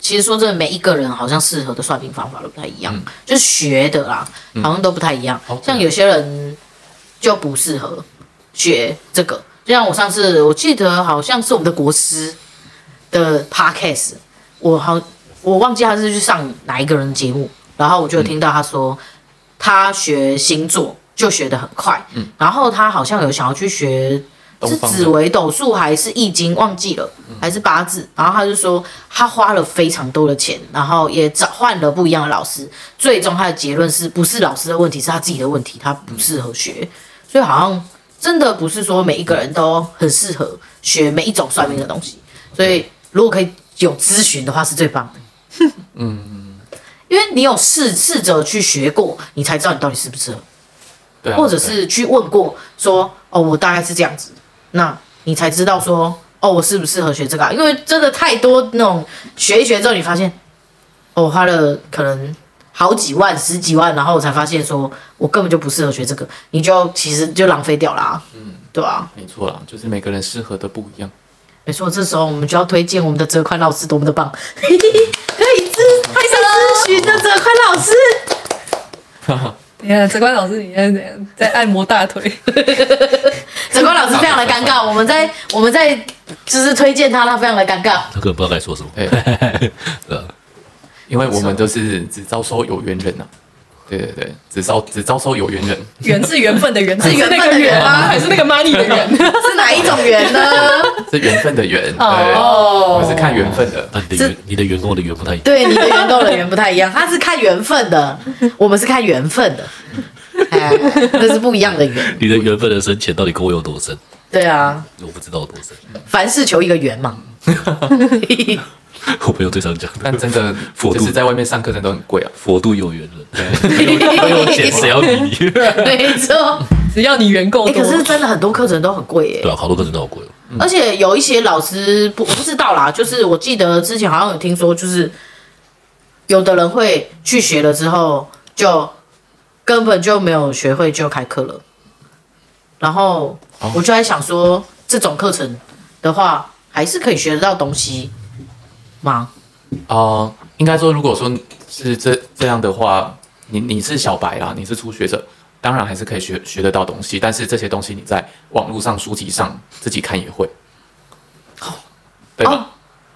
其实说真的，每一个人好像适合的算命方法都不太一样，就是学的啦，好像都不太一样。哦像有些人就不适合学这个，就像我上次我记得好像是我们的国师的 podcast，我好我忘记他是去上哪一个人的节目，然后我就有听到他说、他学星座就学得很快，然后他好像有想要去学东是方紫的嗯微斗数还是易经，忘记了，还是八字。然后他就说他花了非常多的钱，然后也找换了不一样的老师，最终他的结论是不是老师的问题，是他自己的问题，他不适合学。所以好像真的不是说每一个人都很适合学每一种算命的东西。所以如果可以有咨询的话，是最棒的。嗯因为你有试试着去学过，你才知道你到底适不适合。对啊，或者对啊是去问过说，哦，我大概是这样子，那你才知道说，哦，我适不适合学这个、啊？因为真的太多那种学一学之后，你发现，哦，花了可能好几万、十几万，然后我才发现说我根本就不适合学这个，你就其实就浪费掉啦、嗯，对啊，没错啦，就是每个人适合的不一样。没错，这时候我们就要推荐我们的哲宽老师多么的棒，可以咨还想咨询的哲宽老师，你看，哲官老师，你在怎样在按摩大 (laughs) 腿？哲宽老师非常的尴尬，我们在我们在就是推荐他，他非常的尴尬。他根本不知道该说什么。对 (laughs) 对啊，因为我们都是只招收有缘人呐、啊对对对，只招只招收有缘人。 (laughs) 缘是缘分的缘，是缘那分个的缘缘吗？还是那个 money 的缘？是哪一种缘呢？是缘分的缘，对，哦我们是看缘分的。但你的员你的员工的员不太一 (laughs) 样。对，你的员工人员不太一样，他是看缘分的，我们是看缘分的，哎，那是不一样的缘。你的缘分的深浅到底跟我有多深？对啊，我不知道有多深，嗯凡事求一个缘嘛。我朋友最常讲的，但真的，佛度就是在外面上课真的都很贵啊。佛度有缘人， (laughs) 哎有钱谁要理你？(laughs) 对没错，只要你缘够哎，多，可是真的很多课程都很贵耶、啊，好多课程都好贵哦。而且有一些老师不我不知道啦，就是我记得之前好像有听说，就是有的人会去学了之后，就根本就没有学会就开课了。然后哦我就在想说，这种课程的话，还是可以学得到东西吗？啊、应该说，如果说是这这样的话，你你是小白啊啦，你是初学者，当然还是可以学学得到东西。但是这些东西你在网络上、书籍上自己看也会，对吧？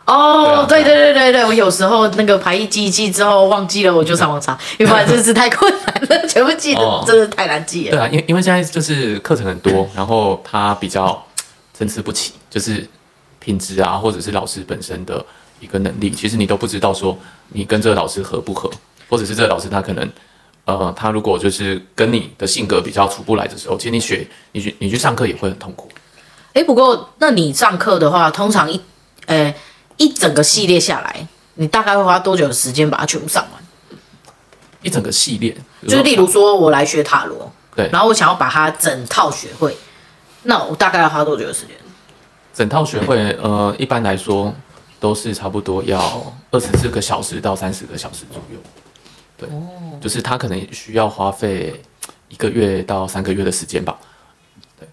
哦，对对啊对对对对，我有时候那个排一记一记之后忘记了，我就上网查，因为不然真是太困难了，全部记哦得真的太难记对了。啊，因为嗯因为现在就是课程很多，然后它比较参差不齐，就是品质啊，或者是老师本身的一个能力，其实你都不知道说你跟这个老师合不合，或者是这个老师他可能。呃，他如果就是跟你的性格比较处不来的时候，其实你学你去你去上课也会很痛苦。哎、不过那你上课的话，通常一呃一整个系列下来，你大概会花多久的时间把它全部上完？一整个系列，就是例如说我来学塔罗，对然后我想要把它整套学会，那我大概要花多久的时间？整套学会，呃，一般来说都是差不多要二十四个小时到三十个小时左右。对，就是他可能需要花费一个月到三个月的时间吧。对，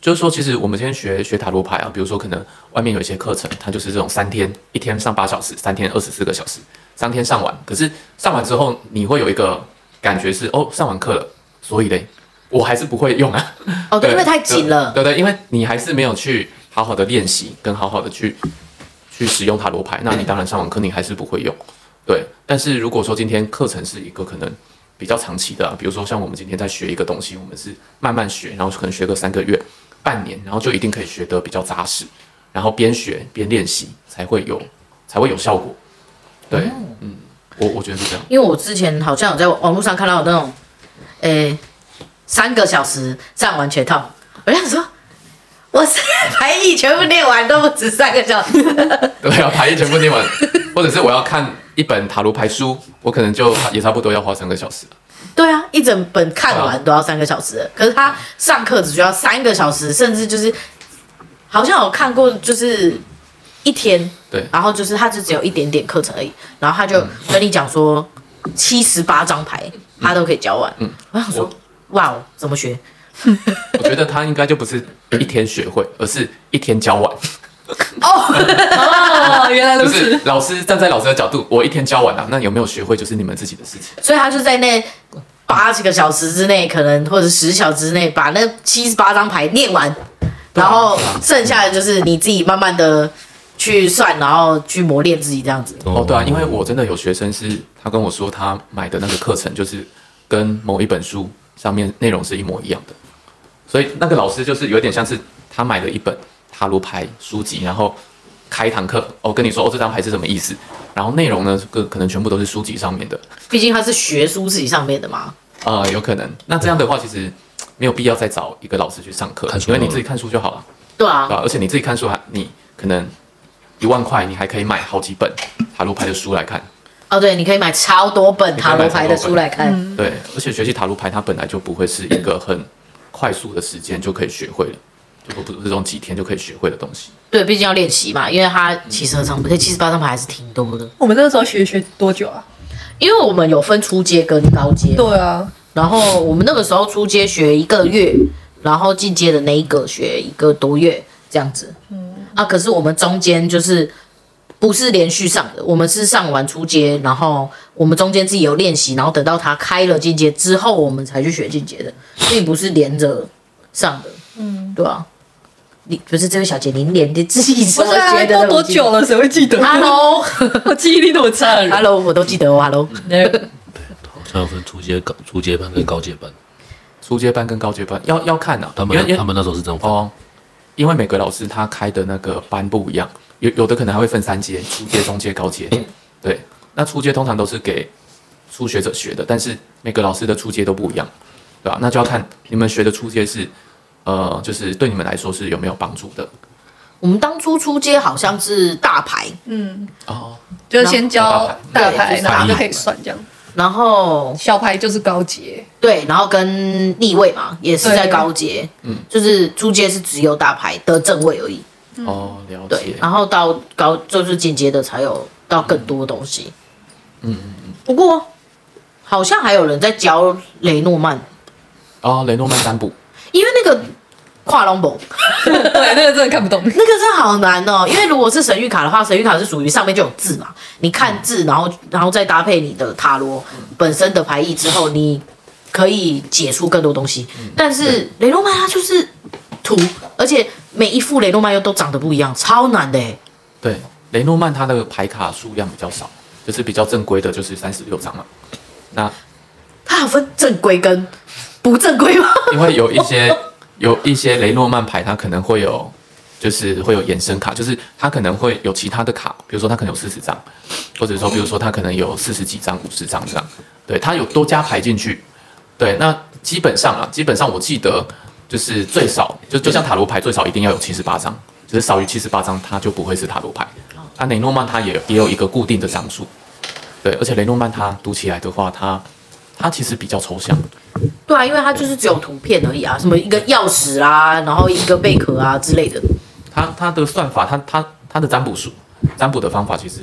就是说，其实我们今天学学塔罗牌啊，比如说可能外面有一些课程，它就是这种三天，一天上八小时，三天二十四个小时，三天上完。可是上完之后，你会有一个感觉是，哦，上完课了，所以嘞，我还是不会用啊。哦，对，因为太紧了。对对，因为你还是没有去好好的练习，跟好好的去去使用塔罗牌，那你当然上网课你还是不会用。对，但是如果说今天课程是一个可能比较长期的、啊，比如说像我们今天在学一个东西，我们是慢慢学，然后可能学个三个月、半年，然后就一定可以学得比较扎实，然后边学边练习才会有才会有效果。对，哦嗯，我我觉得是这样。因为我之前好像有在网络上看到有那种，诶、三个小时上完全套，我想说，我 (laughs) 是牌艺全部练完都不止三个小时，对啊，牌全部念完，或者是我要看一本塔罗牌书，我可能就也差不多要花三个小时。对啊，一整本看完都要三个小时了，可是他上课只需要三个小时，甚至就是好像有看过就是一天，对然后就是他就只有一点点课程而已，然后他就跟你讲说七十八张牌他都可以教完，嗯，我想说我，哇哦，怎么学？我觉得他应该就不是一天学会，而是一天教完。哦，原来就如此是。老师站在老师的角度，我一天教完了、啊那有没有学会就是你们自己的事情。所以他就在那八几个小时之内，可能或者十小时之内把那七十八张牌念完，然后剩下的就是你自己慢慢的去算，然后去磨练自己这样子。哦，对啊，因为我真的有学生是他跟我说他买的那个课程就是跟某一本书上面内容是一模一样的，所以那个老师就是有点像是他买了一本塔罗牌书籍，然后开一堂课，哦，跟你说哦这张牌是什么意思，然后内容呢可可能全部都是书籍上面的，毕竟他是学书自己上面的嘛。啊，有可能。那这样的话其实没有必要再找一个老师去上课看，书因为你了自己看书就好了。对啊对、，啊，而且你自己看书还你可能一万块，你还可以买好几本塔罗牌的书来看。哦对，你可以买超多本塔罗牌的书来看。对，而且学习塔罗牌它本来就不会是一个很快速的时间就可以学会了，就不不是这种几天就可以学会的东西。对，毕竟要练习嘛，因为他七十二张牌，这七十八张牌还是挺多的。我们那时候学学多久啊？因为我们有分初阶跟高阶，对啊，然后我们那个时候初阶学一个月，然后进阶的那一个学一个多月这样子。啊，可是我们中间就是不是连续上的，我们是上完初阶，然后我们中间自己有练习，然后等到他开了进阶之后，我们才去学进阶的，并不是连着上的。嗯，对啊。你不是这位小姐，您连你自己怎不么是啊，觉得都多久了，谁会记得？Hello，Hello，我记忆力那么差的人。我都记得哦，Hello。好像有分初阶高初阶班跟高阶班，初阶班跟高阶班要要看啊，他因为因们为他们那时候是这样分，哦，因为每个老师他开的那个班不一样，有有的可能还会分三阶，初阶、中阶、高阶。对，那初阶通常都是给初学者学的，但是每个老师的初阶都不一样，对吧、那就要看你们学的初阶是，呃，就是对你们来说是有没有帮助的。我们当初初阶好像是大牌，嗯，哦，就是先教大牌，对然后就是就可以算这样。然后小牌就是高阶，对，然后跟逆位嘛，也是在高阶，嗯，就是初阶是只有大牌的正位而已，哦，了对啊解，。然后到高就是进阶的才有到更多东西，嗯嗯嗯。不过好像还有人在教雷诺曼，哦，雷诺曼占卜，因为那个跨龙博对，那个真的看不懂。那个真的好难哦，因为如果是神谕卡的话，神谕卡是属于上面就有字嘛，你看字，然后然后再搭配你的塔罗本身的牌意之后，你可以解出更多东西。但是雷诺曼它就是图，而且每一副雷诺曼又都长得不一样，超难的欸。对，雷诺曼他的牌卡数量比较少，就是比较正规的，就是三十六张嘛。那它有分正规跟不正规吗？因为有一些有一些雷诺曼牌，它可能会有，就是会有衍生卡，就是它可能会有其他的卡，比如说它可能有四十张，或者说比如说它可能有四十几张、五十张这样，对，它有多加牌进去，对，那基本上啊，基本上我记得就是最少，就就像塔罗牌最少一定要有七十八张，只、是少于七十八张它就不会是塔罗牌。啊，雷诺曼它也也有一个固定的张数，对，而且雷诺曼它读起来的话，它它其实比较抽象，对啊，因为它就是只有图片而已啊，什么一个钥匙啊，然后一个贝壳啊之类的。它它的算法，它它它的占卜术，占卜的方法其实，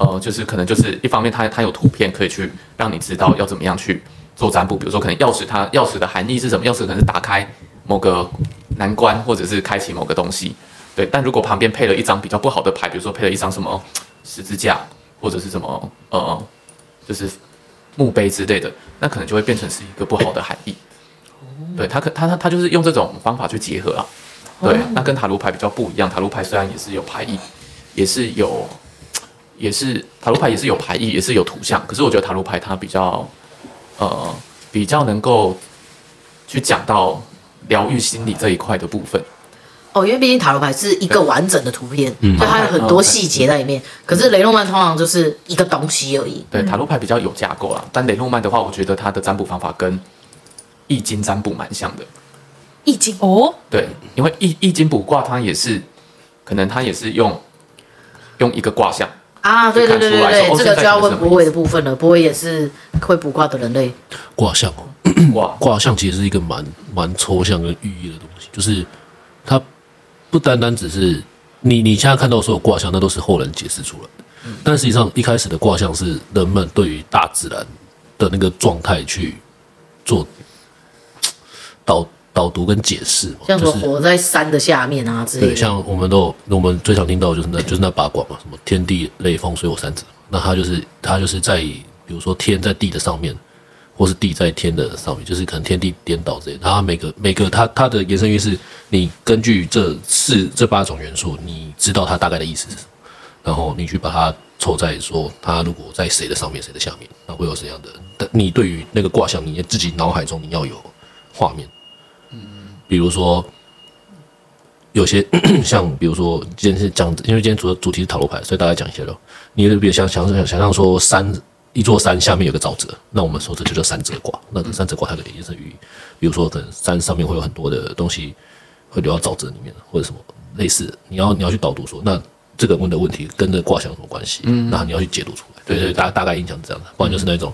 呃，就是可能就是一方面它它有图片可以去让你知道要怎么样去做占卜，比如说可能钥匙它钥匙的含义是什么，钥匙可能是打开某个难关或者是开启某个东西，对。但如果旁边配了一张比较不好的牌，比如说配了一张什么十字架或者是什么呃，就是墓碑之类的，那可能就会变成是一个不好的含义。对他可他他他就是用这种方法去结合啊，哦对，那跟塔罗牌比较不一样。塔罗牌虽然也是有牌意，也是有，也是塔罗牌也是有牌意，也是有图像。可是我觉得塔罗牌它比较，呃，比较能够去讲到疗愈心理这一块的部分。哦，因为毕竟塔罗牌是一个完整的图片，所以它有很多细节在里面。可是雷诺曼通常就是一个东西而已。嗯对，塔罗牌比较有架构啦。但雷诺曼的话，我觉得它的占卜方法跟易经占卜蛮像的。易经哦，对，因为易易经卜卦它也是，可能它也是用用一个卦 (coughs) 象。啊，对对对对看出来对，说哦这个就要现在可能是问什么博伟的部分了。博伟也是会卜卦的人类，卦象哦，哇，卦象其实是一个蛮蛮抽象跟寓意的东西，就是它不单单只是你你现在看到的所有卦象，那都是后人解释出来的。但实际上，一开始的卦象是人们对于大自然的那个状态去做导导读跟解释嘛，像什么就是活在山的下面啊之类对，的。像我们都有，我们最常听到的就是那就是那八卦嘛，什么天地雷风水火三子嘛。那它就是它就是在比如说天在地的上面，或是地在天的上面，就是可能天地颠倒之类的。然后它每个每个它它的延伸寓意是，你根据这四这八种元素，你知道它大概的意思是什么，然后你去把它凑在说它如果在谁的上面谁的下面，那会有什么样的？但你对于那个卦象，你自己脑海中你要有画面，嗯，比如说有些 (clears throat) 像比如说今天是讲，因为今天主主题是塔罗牌，所以大家讲一下咯。你就比如想想想想象说山一座山下面有个沼泽，那我们说这就叫山泽卦。那山泽卦它可以延伸于，比如说可能山上面会有很多的东西会流到沼泽里面，或者什么类似的。你要你要去导读说，那这个问的问题跟这卦象有什么关系？嗯，那你要去解读出来。对对，大大概印象是这样的，不然就是那种，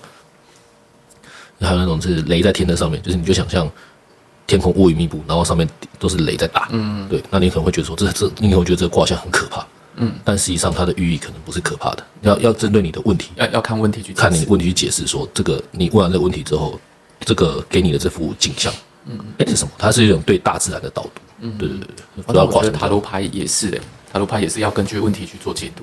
还有那种是雷在天的上面，就是你就想象。天空乌云密布，然后上面都是雷在打，嗯，对，那你可能会觉得说这这，你可能会觉得这个卦象很可怕，嗯，但实际上它的寓意可能不是可怕的，要要针对你的问题，要要看问题去解看你释的问题去解释说这个你问完这个问题之后，这个给你的这幅景象，嗯，是什么？它是一种对大自然的导读，嗯，对对对对，哦我不要觉卦得象塔罗牌也是诶、塔罗牌也是要根据问题去做解读，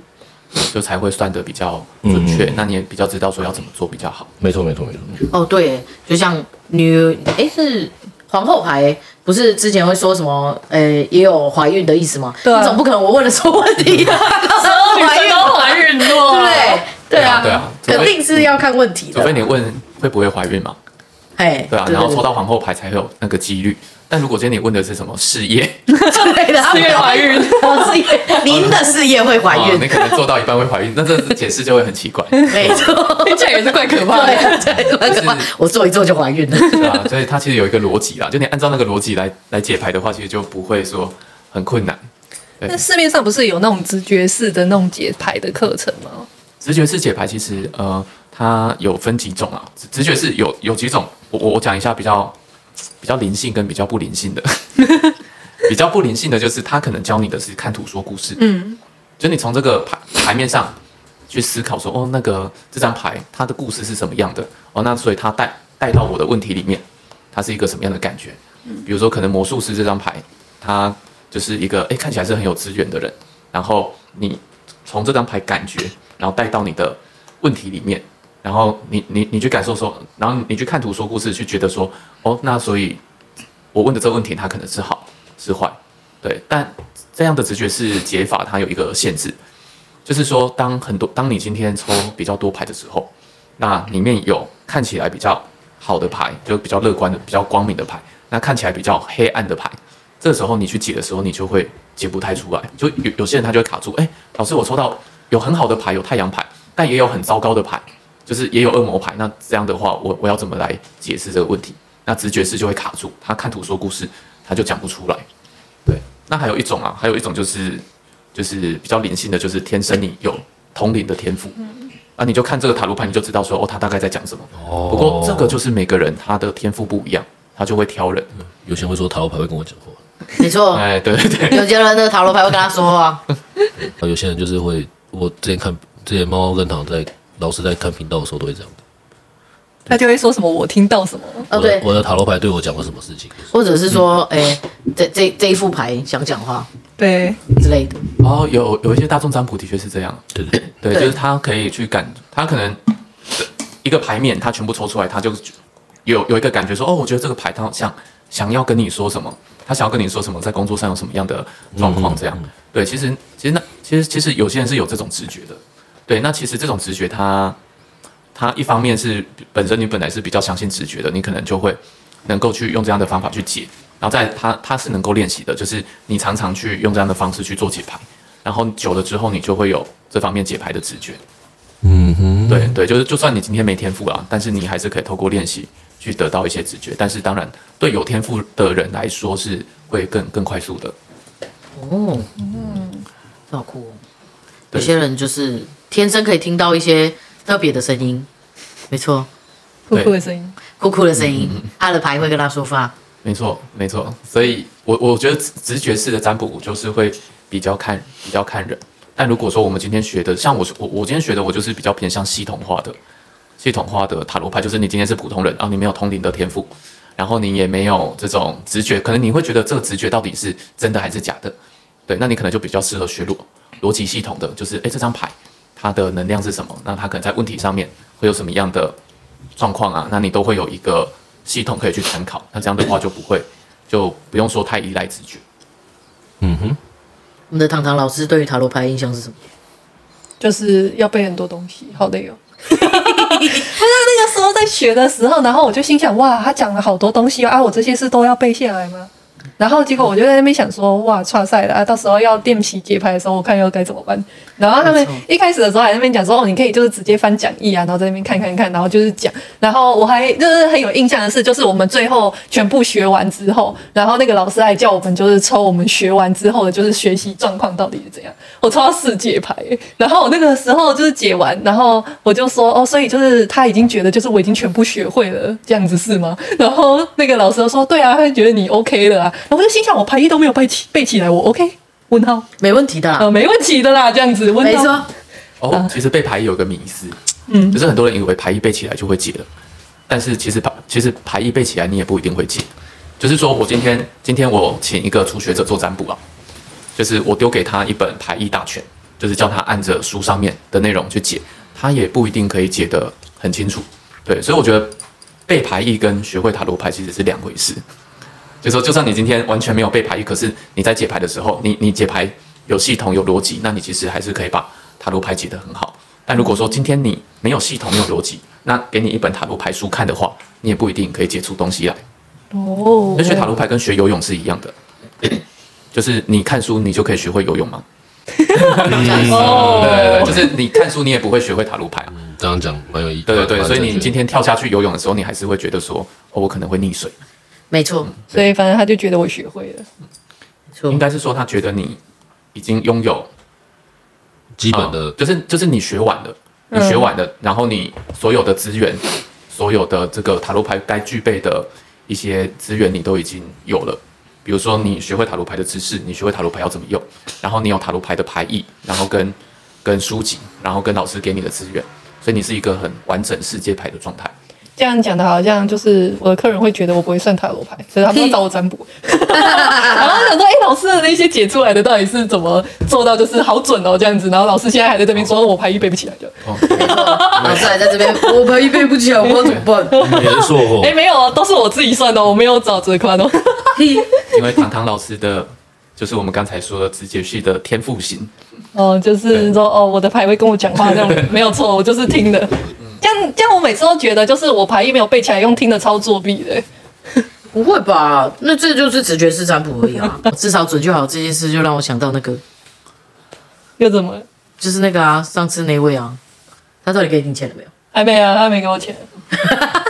就才会算得比较准确。那你也比较知道说要怎么做比较好。没错没错没错，哦，对，就像女，哎，是皇后牌，不是之前会说什么，呃，也有怀孕的意思吗？对啊你总不可能我问了错问题，所有女生都怀孕过，对不对？对啊，对啊对啊肯定是要看问题除的非。你问会不会怀孕嘛，哎，对啊，然后抽到皇后牌才会有那个几率。但如果今天你问的是什么事业，对的，四月怀 (laughs) 孕，我事业，哦您的事业会怀哦，你孕，可能做到一半会怀孕，那这解释就会很奇怪，没错。听起来也是怪可怕的。对对，蛮可怕就。我做一做就怀孕了。对啊，所以它其实有一个逻辑啦，就你按照那个逻辑来来解牌的话，其实就不会说很困难。那市面上不是有那种直觉式的那种解牌的课程吗？直觉式解牌其实呃，它有分几种啊，直直觉式有有几种，我我我讲一下比较比较灵性跟比较不灵性的。 (laughs) 比较不灵性的就是他可能教你的是看图说故事，嗯，就你从这个牌牌面上去思考说，哦，那个这张牌它的故事是什么样的？哦，那所以它带带到我的问题里面，它是一个什么样的感觉？比如说，可能魔术师这张牌，他就是一个哎、诶看起来是很有资源的人，然后你从这张牌感觉，然后带到你的问题里面，然后你你你去感受说，然后你去看图说故事，去觉得说，哦，那所以我问的这个问题，它可能是好是坏，对，但这样的直觉式解法，它有一个限制，就是说，当很多当你今天抽比较多牌的时候，那里面有看起来比较好的牌，就比较乐观的、比较光明的牌，那看起来比较黑暗的牌，这时候你去解的时候，你就会解不太出来。就有有些人他就会卡住，哎，老师，我抽到有很好的牌，有太阳牌，但也有很糟糕的牌，就是也有恶魔牌。那这样的话，我我要怎么来解释这个问题？那直觉师就会卡住，他看图说故事，他就讲不出来。对，那还有一种啊，还有一种就是就是比较灵性的，就是天生你有通灵的天赋。那你就看这个塔罗牌，你就知道说哦，他大概在讲什么。哦不过这个就是每个人他的天赋不一样，他就会挑人。有些人会说塔罗牌会跟我讲话，没错，哎，对对对，有些人的塔罗牌会跟他说话，然后有些人就是会，我之前看之前猫猫跟糖在老师在看频道的时候都会这样的。他就会说什么我听到什么，哦我的对，我的塔罗牌对我讲了什么事情？或者是说，嗯哎，这这这一副牌想讲话对，之类的，哦，有有一些大众占卜的确是这样，对对对，对，对就是他可以去感，他可能一个牌面他全部抽出来，他就有有一个感觉说，哦，我觉得这个牌他想想要跟你说什么，他想要跟你说什么，在工作上有什么样的状况这样。对，其实其实那其实其实有些人是有这种直觉的，对，那其实这种直觉它它一方面是本身你本来是比较相信直觉的，你可能就会能够去用这样的方法去解，然后再它它是能够练习的，就是你常常去用这样的方式去做解牌，然后久了之后你就会有这方面解牌的直觉。嗯哼，对对，就是就算你今天没天赋啦，但是你还是可以透过练习去得到一些直觉。但是当然，对有天赋的人来说是会更更快速的。哦，嗯，好酷哦。有对些人就是天生可以听到一些特别的声音，没错，酷对酷的声音，酷酷的声音，嗯他的牌会跟他说话。没错，没错。所以我我觉得直直觉式的占卜就是会比较看比较看人。但如果说我们今天学的，像我我我今天学的，我就是比较偏向系统化的，系统化的塔罗牌，就是你今天是普通人，然后啊你没有通灵的天赋，然后你也没有这种直觉，可能你会觉得这个直觉到底是真的还是假的？对，那你可能就比较适合学逻逻辑系统的，就是诶，这张牌它的能量是什么？那它可能在问题上面会有什么样的状况啊？那你都会有一个系统可以去参考。那这样的话就不会就不用说太依赖直觉。嗯哼，我们的糖糖老师对于塔罗牌的印象是什么？就是要背很多东西，好累 (laughs) 哦。不是那个时候在学的时候，然后我就心想，哇，他讲了好多东西哦啊，我这些事都要背下来吗？然后结果我就在那边想说，哇，差赛了啊！到时候要练习节拍的时候，我看要该怎么办。然后他没们错一开始的时候还在那边讲说，哦，你可以就是直接翻讲义啊，然后在那边看看看，然后就是讲。然后我还就是很有印象的是，就是我们最后全部学完之后，然后那个老师还叫我们就是抽我们学完之后的，就是学习状况到底是怎样。我抽到四节牌，然后我那个时候就是解完，然后我就说，哦，所以就是他已经觉得就是我已经全部学会了，这样子是吗？然后那个老师就说，对啊，他就觉得你 OK 了啊。然后我就心想，我牌一都没有背起背起来，我 OK。问号，没问题的啦，呃，没问题的啦，这样子。问没号，错，哦，其实背牌意有个迷思，嗯就是很多人以为牌意背起来就会解了，但是其实牌其实牌意背起来你也不一定会解。就是说我今天今天我请一个初学者做占卜啊，就是我丢给他一本牌意大全，就是叫他按着书上面的内容去解，他也不一定可以解得很清楚。对，所以我觉得背牌意跟学会塔罗牌其实是两回事。就说，就算你今天完全没有背牌意，可是你在解牌的时候，你你解牌有系统有逻辑，那你其实还是可以把塔罗牌解得很好。但如果说今天你没有系统没有逻辑，那给你一本塔罗牌书看的话，你也不一定可以解出东西来。哦那学塔罗牌跟学游泳是一样的， (coughs) 就是你看书你就可以学会游泳吗？嗯对对对，哦，就是你看书你也不会学会塔罗牌啊。嗯这样讲蛮有意义。对对对，蛮所以你正确今的天跳下去游泳的时候，你还是会觉得说，哦，我可能会溺水。没错，所以反正他就觉得我学会了。没错应。该是说他觉得你已经拥有基本嗯的就是就是你学完了，你嗯学完了，然后你所有的资源，所有的这个塔罗牌该具备的一些资源，你都已经有了。比如说，你学会塔罗牌的知识，你学会塔罗牌要怎么用，然后你有塔罗牌的牌意，然后跟跟书籍，然后跟老师给你的资源，所以你是一个很完整世界牌的状态。这样讲的好像就是我的客人会觉得我不会算塔罗牌，所以他 (laughs) 们都找我占卜。然后我想说，哎、老师的那些解出来的到底是怎么做到，就是好准哦，这样子。然后老师现在还在这边说，我牌一背不起来就。哦，老师还在这边，我牌一背不起来，我要怎么办？没错哦哎、，没有哦，都是我自己算的哦，我没有找哲宽哦。 (laughs) 因为唐唐老师的，就是我们刚才说的直觉系的天赋型，哦，就是说哦，我的牌会跟我讲话那种，没有错，我就是听嗯的。这样这样，我每次都觉得就是我牌一没有背起来，用听的超作弊的。不会吧？那这就是直觉式占卜而已啊，至少准就好这件事，就让我想到那个，又怎么了？就是那个啊，上次那位啊，他到底给你钱了没有？还没啊，他没给我钱，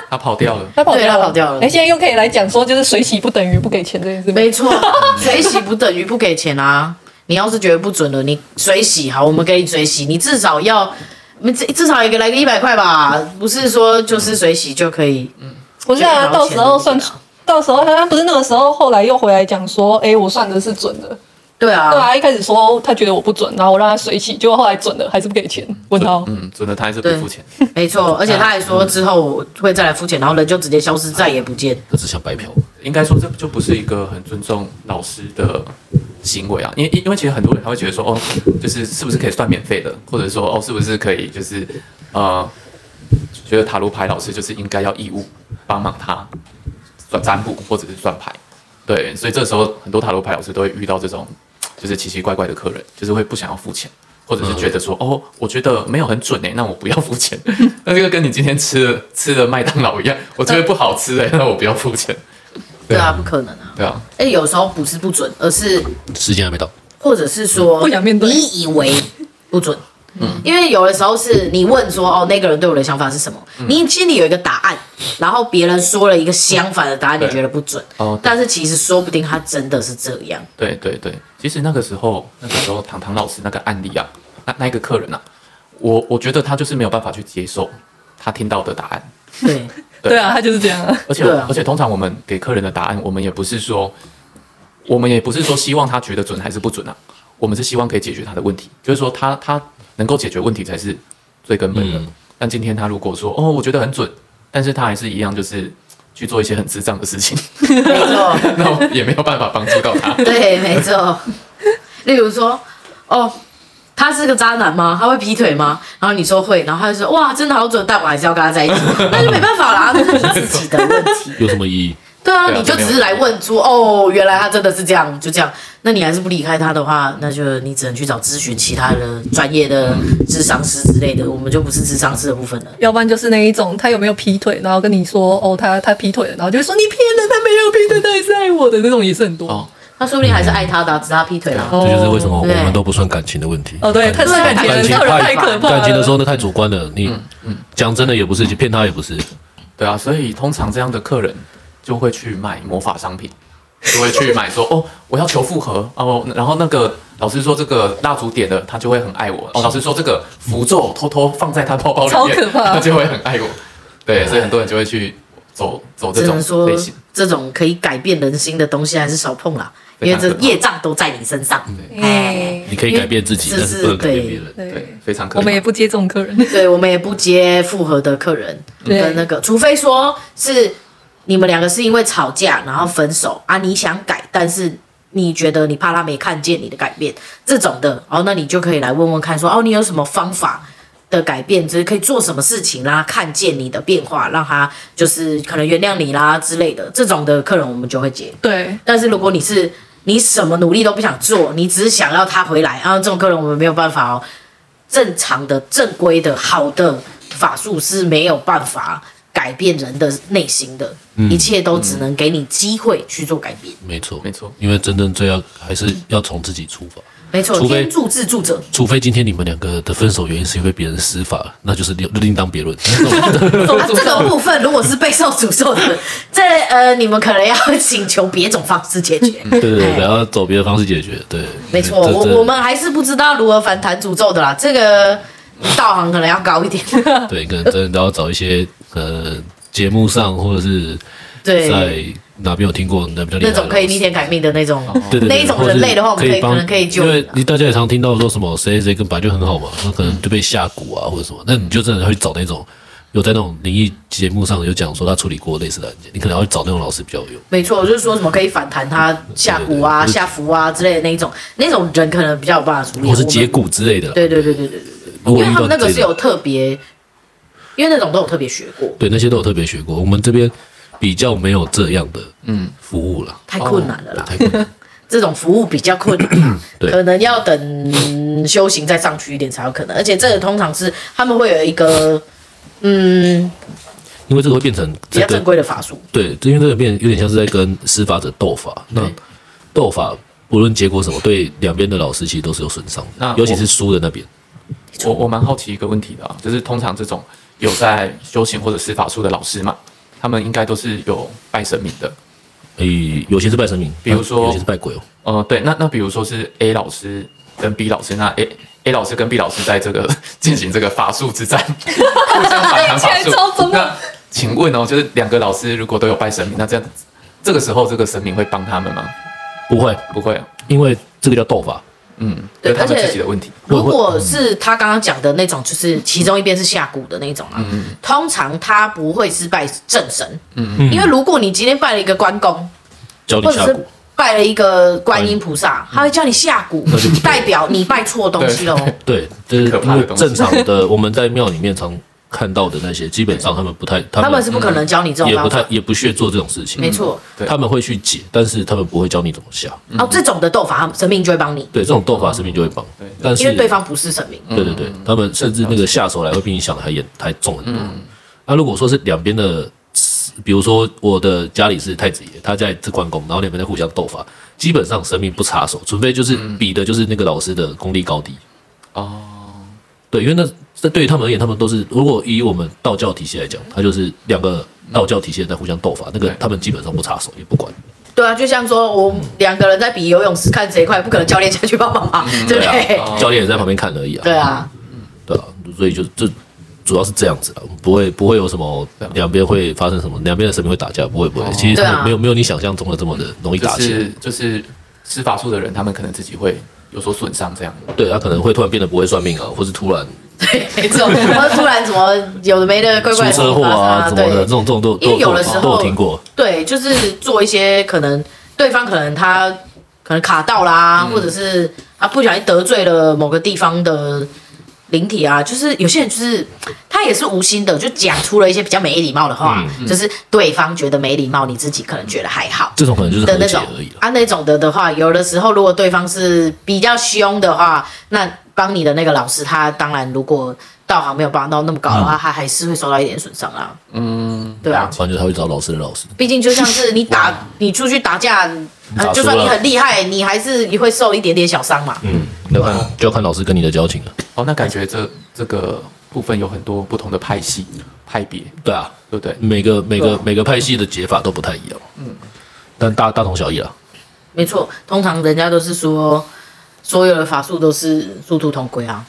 他跑掉了。他跑对掉他了，跑掉了哎，现在又可以来讲说，就是水洗不等于不给钱这件事。没 (laughs) 错，水洗不等于不给钱啊！你要是觉得不准了，你水洗好，我们给你水洗，你至少要，你至至少也给来个一百块吧，不是说就是水洗就可以。不是就啊，一毛到钱时候都算不给啊出，到时候他不是那个时候，后来又回来讲说，哎，我算的是准的。对啊，对啊，一开始说他觉得我不准，然后我让他水洗，结果后来准了，还是不给钱。问号，嗯，真的他还是不对付钱。没错，而且他还说之后我会再来付钱，然后人就直接消失，再也不见。这只像白嫖。应该说这就不是一个很尊重老师的行为啊，因为因因为其实很多人他会觉得说，哦，就是是不是可以算免费的，或者说哦，是不是可以就是呃，觉得塔罗牌老师就是应该要义务帮忙他算占卜或者是算牌，对，所以这时候很多塔罗牌老师都会遇到这种就是奇奇怪怪的客人，就是会不想要付钱。或者是觉得说、哦，我觉得没有很准哎、那我不要付钱。 (laughs) 那这个跟你今天吃了吃了麦当劳一样，我觉得不好吃哎、那我不要付钱。对啊，不可能啊！对啊，哎，有时候不是不准，而是时间还没到，或者是说不想面对你以为不准。嗯因为有的时候是你问说哦，那个人对我的想法是什么？嗯你心里有一个答案，然后别人说了一个相反的答案，你对觉得不准。哦对但是其实说不定他真的是这 (laughs) 样。对对对，其实那个时候，那个时候糖糖老师那个案例啊，那那一个客人啊，我我觉得他就是没有办法去接受他听到的答案，对，对对啊，他就是这样啊。 (laughs) 而且、对啊而且通常我们给客人的答案，我们也不是说，我们也不是说希望他觉得准还是不准啊，我们是希望可以解决他的问题，就是说他他能够解决问题才是最根本的。嗯但今天他如果说哦，我觉得很准，但是他还是一样就是去做一些很智障的事情， (laughs) 没错，那我也没有办法帮助到 (laughs) 他。对，没错。例如说，哦，他是个渣男吗？他会劈腿吗？然后你说会，然后他就说哇，真的好准，但我还是要跟他在一起，那就没办法啦，那是你自己的问题。有什么意义？对啊，对啊你就只是来问出哦，原来他真的是这样，就这样。那你还是不离开他的话，那就你只能去找咨询其他的专业的智商师之类的，我们就不是智商师的部分了。要不然就是那一种，他有没有劈腿，然后跟你说哦，他他劈腿了，然后就会说你骗了，他没有劈腿，他还是爱我的，那种也是很多。哦，哦他说不定还是爱他的啊，只是他劈腿了。哦这就是为什么我对们都不算感情的问题。哦对感情太感情太太可怕了感情的时候那太主观了。你嗯讲真的也不是，骗他也不是。对啊，所以通常这样的客人就会去买魔法商品，就会去买说 (laughs) 哦，我要求复合哦，然后那个老师说这个蜡烛点了，他就会很爱我哦。老师说这个符咒偷偷放在他包包里面，超可怕他就会很爱我。对，所以很多人就会去走走这只能种说类型。这种可以改变人心的东西还是少碰啦，因为这非常可怕业障都在你身上。哎，嗯你可以改变自己，因为但是不能改变别人。对对，，非常可怕。我们也不接这种客人。嗯对，我们也不接复合的客人对跟那个，除非说是你们两个是因为吵架然后分手啊，你想改，但是你觉得你怕他没看见你的改变这种的，哦，那你就可以来问问看说，哦，你有什么方法的改变，就是可以做什么事情让他看见你的变化，让他就是可能原谅你啦之类的，这种的客人我们就会接。对，但是如果你是你什么努力都不想做，你只是想要他回来，然啊后这种客人我们没有办法哦。正常的、正规的、好的法术是没有办法改变人的内心的，嗯一切都只能给你机会去做改变。没错，没错因为真正最要还是要从自己出发。没错，除非天助自助者，除非今天你们两个的分手原因是因为别人施法，那就是另另当别论。啊这个部分如果是备受诅咒的，这呃，你们可能要请求别种方式解决。嗯哎对对对，然后走别的方式解决。对，没错，这我这我们还是不知道如何反弹诅咒的啦，这个道行可能要高一点。 (laughs) 对，可能真的要找一些呃节目上或者是啊对，在哪边有听过那比较厉害那的种可以逆天改命的那种，哦对对对那一种人类的话，我们可以可帮能可以救因你为啊。你大家也常听到说什么谁谁谁跟白就很好嘛，那可能就被下蛊啊或者什么，那你就真的会找那种有在那种灵异节目上有讲说他处理过类似的案件，你可能要找那种老师比较有用。没错，我就是说什么可以反弹他下蛊啊、对对对下符啊之类的那一种，那种人可能比较有办法处理。或是我们解蛊之类的啦，对对对对对对，如因果为遇他到们那个这是种有特别，因为那种都有特别学过，对那些都有特别学过，我们这边比较没有这样的嗯服务啦，太困难了啦。太困难。，这种服务比较困难啦哦对可能要等修行再上去一点才有可能。而且这个通常是他们会有一个，嗯，因为这个会变成比这较个正规的法术。对，因为这个变有点像是在跟施法者斗法。那斗法不论结果什么，对两边的老师其实都是有损伤那的我，尤其是输的那边。我我蛮好奇一个问题的、啊，就是通常这种有在修行或者是法术的老师嘛，他们应该都是有拜神明的。诶、有些是拜神明，比如说有些是拜鬼哦。呃，对，那那比如说是 A 老师跟 B 老师，那 A A 老师跟 B 老师在这个 (laughs) 进行这个法术之战，听起 (laughs) 互相反弹法术来超中。二那请问哦，就是两个老师如果都有拜神明，那这样这个时候这个神明会帮他们吗？不会，不会、啊，因为这个叫斗法。嗯，对这是他们而且自己的问题。我如果是他刚刚讲的那种，就是其中一边是下蛊的那种啊，通常他不会是拜正神，嗯因为如果你今天拜了一个关公，教你或者下蛊嗯是，拜了一个观音菩萨，他会叫你下蛊那就不，对代表你拜错东西喽。对，就是可怕因的为东西正常的我们在庙里面常看到的那些，基本上他们不太，他 (laughs) 他们们是不可能教你这种也不方太嗯法，也不屑做这种事情。没错。对他们会去解，但是他们不会教你怎么下。哦，这种的斗法，他们神明就会帮你，对，这种斗法神明就会帮哦对对，但是因为对方不是神明。对对对，他们甚至那个下手来会比你想的还严还重很多。那如果说是两边的，比如说我的家里是太子爷，他家里是关公，然后两边在互相斗法，基本上神明不插手，除非就是比的就是那个老师的功力高低。哦，对，因为那这对于他们而言，他们都是如果以我们道教体系来讲，它就是两个道教体系在互相斗法，那个对他们基本上不插手也不管。对啊，就像说我两个人在比游泳时看谁快，不可能教练下去帮忙吧，对不对？啊，教练也在旁边看而已啊。对啊，对啊，所以就这主要是这样子啊，不会不会有什么对啊两边会发生什么，两边的神明会打架，不会不会，其实对啊他们没有没有你想象中的这么的容易就打起来是，就是施法术的人，他们可能自己会有所损伤，这样。对他可能会突然变得不会算命啊，或是突然没错。然后突然怎么有的没的，怪出怪的车祸啊发什生么的，对这种这种都因为都有的都时候都有听过，对，就是做一些可能对方可能他可能卡到嗯啦，或者是他不小心得罪了某个地方的灵体啊，就是有些人就是他也是无心的，就讲出了一些比较没礼貌的嗯话，就是对方觉得没礼貌，你自己可能觉得还好。这种可能就是的和那解种而已了。啊，那种的的话，有的时候如果对方是比较凶的话，那帮你的那个老师，他当然如果道行没有帮到那么高嗯的话，他还是会受到一点损伤啊，嗯，对啊，反正他会找老师的老师，毕竟就像是你打你出去打架，打输呃了就算你很厉害，你还是会受一点点小伤嘛。嗯，要看就要看老师跟你的交情了。哦，那感觉这这个部分有很多不同的派系派别，对啊，对不对？每个每对个啊每个派系的解法都不太一样，嗯，但大大同小异啦。没错，通常人家都是说，所有的法术都是殊途同归啊，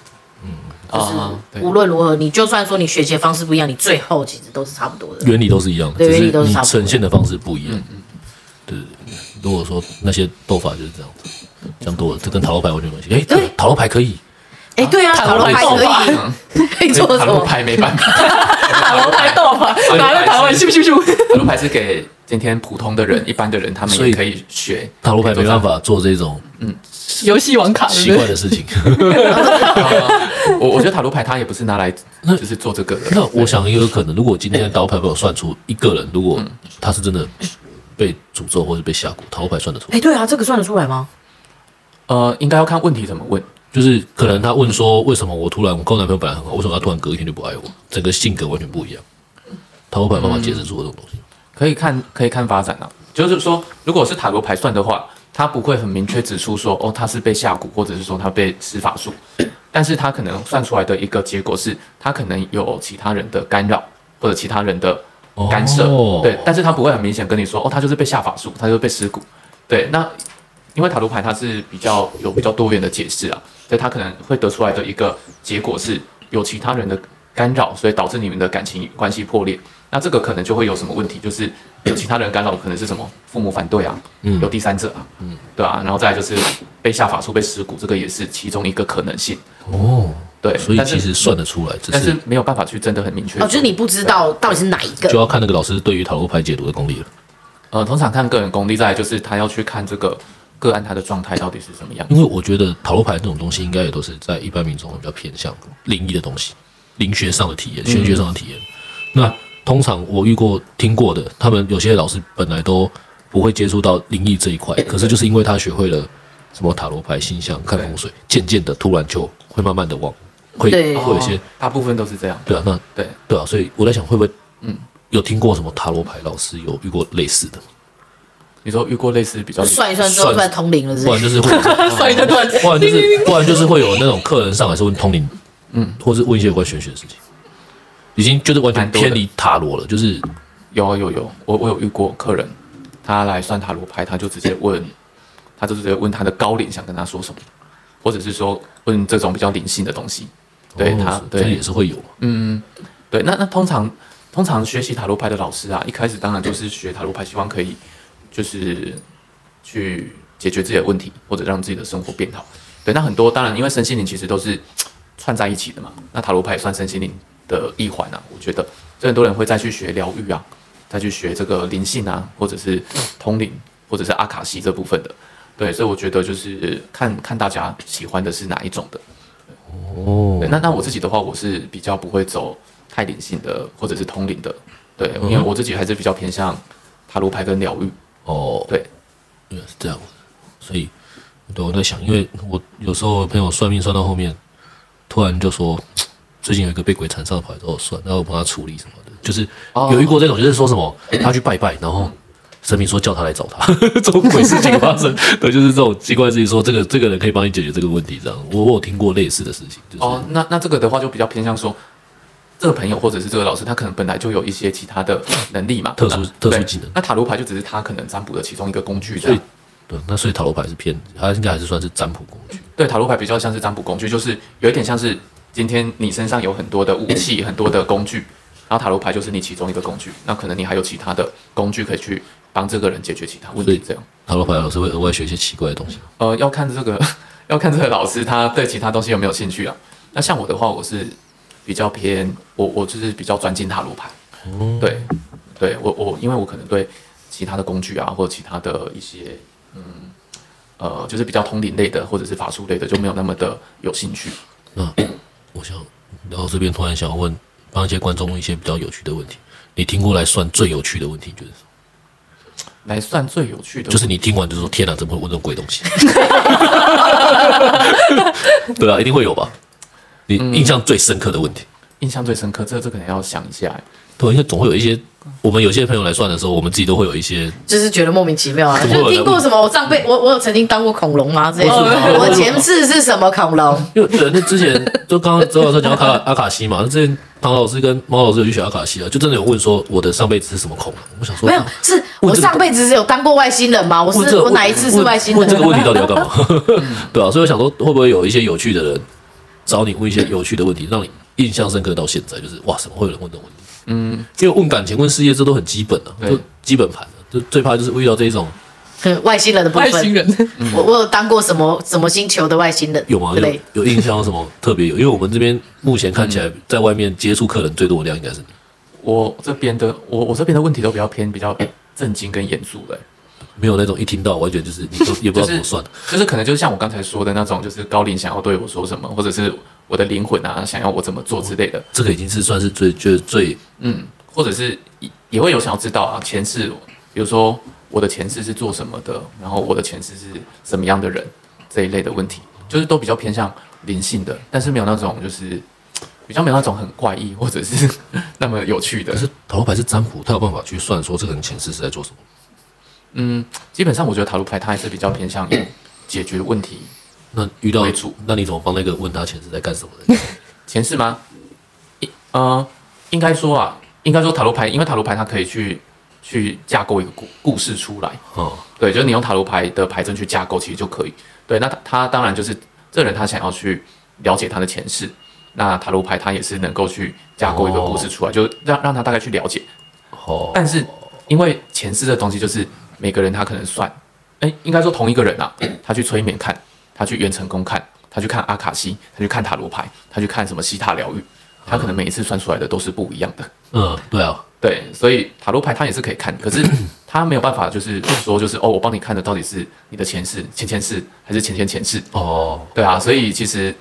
啊，就对是无论如何，你就算说你学习的方式不一样，你最后其实都是差不多的。原理都是一样的，对只原理都是你差不多呈现的方式不一样。对，如果说那些斗法就是这样子，讲多了，这跟塔罗牌完全没关系。哎，对塔罗牌可以，哎，对啊，塔罗牌可以， (laughs) 可以做哎塔什罗么？牌没办法， (laughs) 塔罗牌斗哎法，拿了塔罗牌咻咻咻。塔罗牌是给今天普 (laughs) 通的人、一般的人，他们所以也可以学塔罗牌没办法做这种游戏王卡奇怪的事情。 (laughs) 我我觉得塔罗牌它也不是拿来就是做这个的。那我想也有可能，如果今天的塔罗牌没有算出一个人，如果嗯他是真的被诅咒或者被下蛊，塔罗牌算得出来哎，，对啊，这个算得出来吗？呃，应该要看问题怎么问。就是可能他问说为什么我突然我跟我男朋友本来很好，为什么他突然隔一天就不爱我，整个性格完全不一样。塔罗牌有办法解释出这种东西，可以看可以看发展啊。就是说，如果是塔罗牌算的话，它不会很明确指出说，哦，他是被下蛊，或者是说他被施 (coughs) 法术，但是他可能算出来的一个结果是，他可能有其他人的干扰或者其他人的干涉，哦对，但是他不会很明显跟你说，哦，他就是被下法术，他就是被施蛊，对，那。因为塔罗牌它是比较有比较多元的解释啊，所以它可能会得出来的一个结果是有其他人的干扰，所以导致你们的感情关系破裂。那这个可能就会有什么问题，就是有其他人干扰，可能是什么父母反对啊，嗯有第三者啊，嗯，对啊，然后再来就是被下法术、被尸骨，这个也是其中一个可能性。哦，对，所以但是其实算得出来，只但是是没有办法去真的很明确哦，说。就是你不知道到底是哪一个就。要看那个老师对于塔罗牌解读的功力了。呃，通常看个人功力，再来就是他要去看这个个案他的状态到底是什么样。因为我觉得塔罗牌这种东西，应该也都是在一般民众会比较偏向灵异的东西，灵学上的体验、玄学上的体验。那通常我遇过、听过的，他们有些老师本来都不会接触到灵异这一块，可是就是因为他学会了什么塔罗牌、星象、看风水，渐渐的突然就会慢慢的往会对会有一些哦大部分都是这样。对啊，那对，对啊，所以我在想会不会嗯。有听过什么塔罗牌老师有遇过类似的吗？你说遇过类似比较就哦算一算之后算突然通灵了，是不不然是？就是会有这种，算一算突然 (laughs) 不然就是不然就是会有那种客人上来是问通灵，嗯，或是问一些有关玄学的事情，已经就是完全蛮多的偏离塔罗了，就是有啊有有，我我有遇过客人，他来算塔罗牌，他就直接问，他就直接问他的高龄想跟他说什么，或者是说问这种比较灵性的东西。对哦他所以对所以也是会有嘛，对，那那通常通常学习塔罗牌的老师啊，一开始当然就是学塔罗牌，希望可以就是去解决自己的问题，或者让自己的生活变好。对，那很多当然因为身心灵其实都是串在一起的嘛，那塔罗牌也算身心灵的一环啊，我觉得，所以很多人会再去学疗愈啊，再去学这个灵性啊，或者是通灵，或者是阿卡西这部分的。对，所以我觉得就是看看大家喜欢的是哪一种的。对，那那我自己的话，我是比较不会走太灵性的或者是通灵的，对，因为我自己还是比较偏向塔罗牌跟疗愈，哦，对，原来是这样的，所以对我在想，因为我有时候朋友算命算到后面，突然就说最近有一个被鬼缠上的跑来找我算，然后我帮他处理什么的，就是哦有遇过这种，就是说什么他去拜拜，然后。神明说叫他来找他， (laughs) 这种鬼事情发生，对，就是这种奇怪的事情。说这个这个人可以帮你解决这个问题，这样我我有听过类似的事情，就是、哦，那那这个的话就比较偏向说，这个朋友或者是这个老师，他可能本来就有一些其他的能力嘛，特殊那特殊对技能那塔罗牌就只是他可能占卜的其中一个工具，这所以样。对，那所以塔罗牌是偏，它应该还是算是占卜工具。对，塔罗牌比较像是占卜工具，就是有一点像是今天你身上有很多的武器、很多的工具，然后塔罗牌就是你其中一个工具，那可能你还有其他的工具可以去帮这个人解决其他问所题以，这样。塔罗牌老师会额外学一些奇怪的东西。呃，要看这个， (laughs) 要看这个老师他对其他东西有没有兴趣啊。那像我的话，我是比较偏，我我就是比较专精塔罗牌。哦对，对我我因为我可能对其他的工具啊，或者其他的一些嗯呃，就是比较通灵类的或者是法术类的，就没有那么的有兴趣。那我想到这边突然想要问，帮一些观众问一些比较有趣的问题。你听过来算最有趣的问题，你觉得是什么来算最有趣的，就是你听完就说天哪，怎么会问这种鬼东西？ (laughs) 对啊，一定会有吧？你印象最深刻的问题，印象最深刻，这这可能要想一下欸。对，因为总会有一些，我们有些朋友来算的时候，我们自己都会有一些就是觉得莫名其妙啊，怎么就了听过什么我上辈我我有曾经当过恐龙吗？这些我前世是什么恐龙？因为对，那之前就刚刚周老师讲到卡阿卡西嘛，那之前唐老师跟猫老师有去学阿卡西啊，就真的有问说我的上辈子是什么恐龙，我想说没有，是我上辈子是有当过外星人吗？我问是这我哪一次是外星问这个人？问题到底要干 (laughs) 嘛？ (laughs) 对啊，所以我想说会不会有一些有趣的人找你问一些有趣的问题，让你印象深刻到现在，就是哇，怎么会有人问这种问题？嗯，因为问感情、问事业这都很基本的、啊，对就基本盘的、就最怕就是遇到这一种 (laughs) 外星人的部外星分，人，我我有当过什么什么星球的外星人？有啊吗？之有类有印象有什么特别有？因为我们这边目前看起来在外面接触客人最多的量应该是你，我这边的我我这边的问题都比较偏比较震惊跟严肃的欸。没有那种一听到完全就是你都也不知道怎么算。就是可能就像我刚才说的那种，就是高龄想要对我说什么，或者是我的灵魂啊想要我怎么做之类的，这个已经是算是最就是最嗯，或者是也也会有想要知道啊前世，比如说我的前世是做什么的，然后我的前世是什么样的人这一类的问题，就是都比较偏向灵性的，但是没有那种就是比较没有那种很怪异或者是那么有趣的可。是塔罗牌是占卜，他有办法去算说这个人前世是在做什么。嗯，基本上我觉得塔罗牌它还是比较偏向于解决问题那遇到为主那你怎么帮那个问他前世在干什么 (laughs) 的？前世吗？一呃，应该说啊，应该说塔罗牌，因为塔罗牌它可以去去架构一个故故事出来，哦，对，就是你用塔罗牌的牌阵去架构，其实就可以。对，那他他当然就是这人他想要去了解他的前世，那塔罗牌他也是能够去架构一个故事出来，就让让他大概去了解。好，但是因为前世这东西，就是每个人他可能算，哎，应该说同一个人啊，他去催眠看，他去元成功看，他去看阿卡西，他去看塔罗牌，他去看什么西塔疗愈，他可能每一次算出来的都是不一样的。嗯，对啊，对，所以塔罗牌它也是可以看，可是他没有办法，就是说，就是哦，我帮你看的到底是你的前世、前前世还是前前前世？哦，对啊，所以其实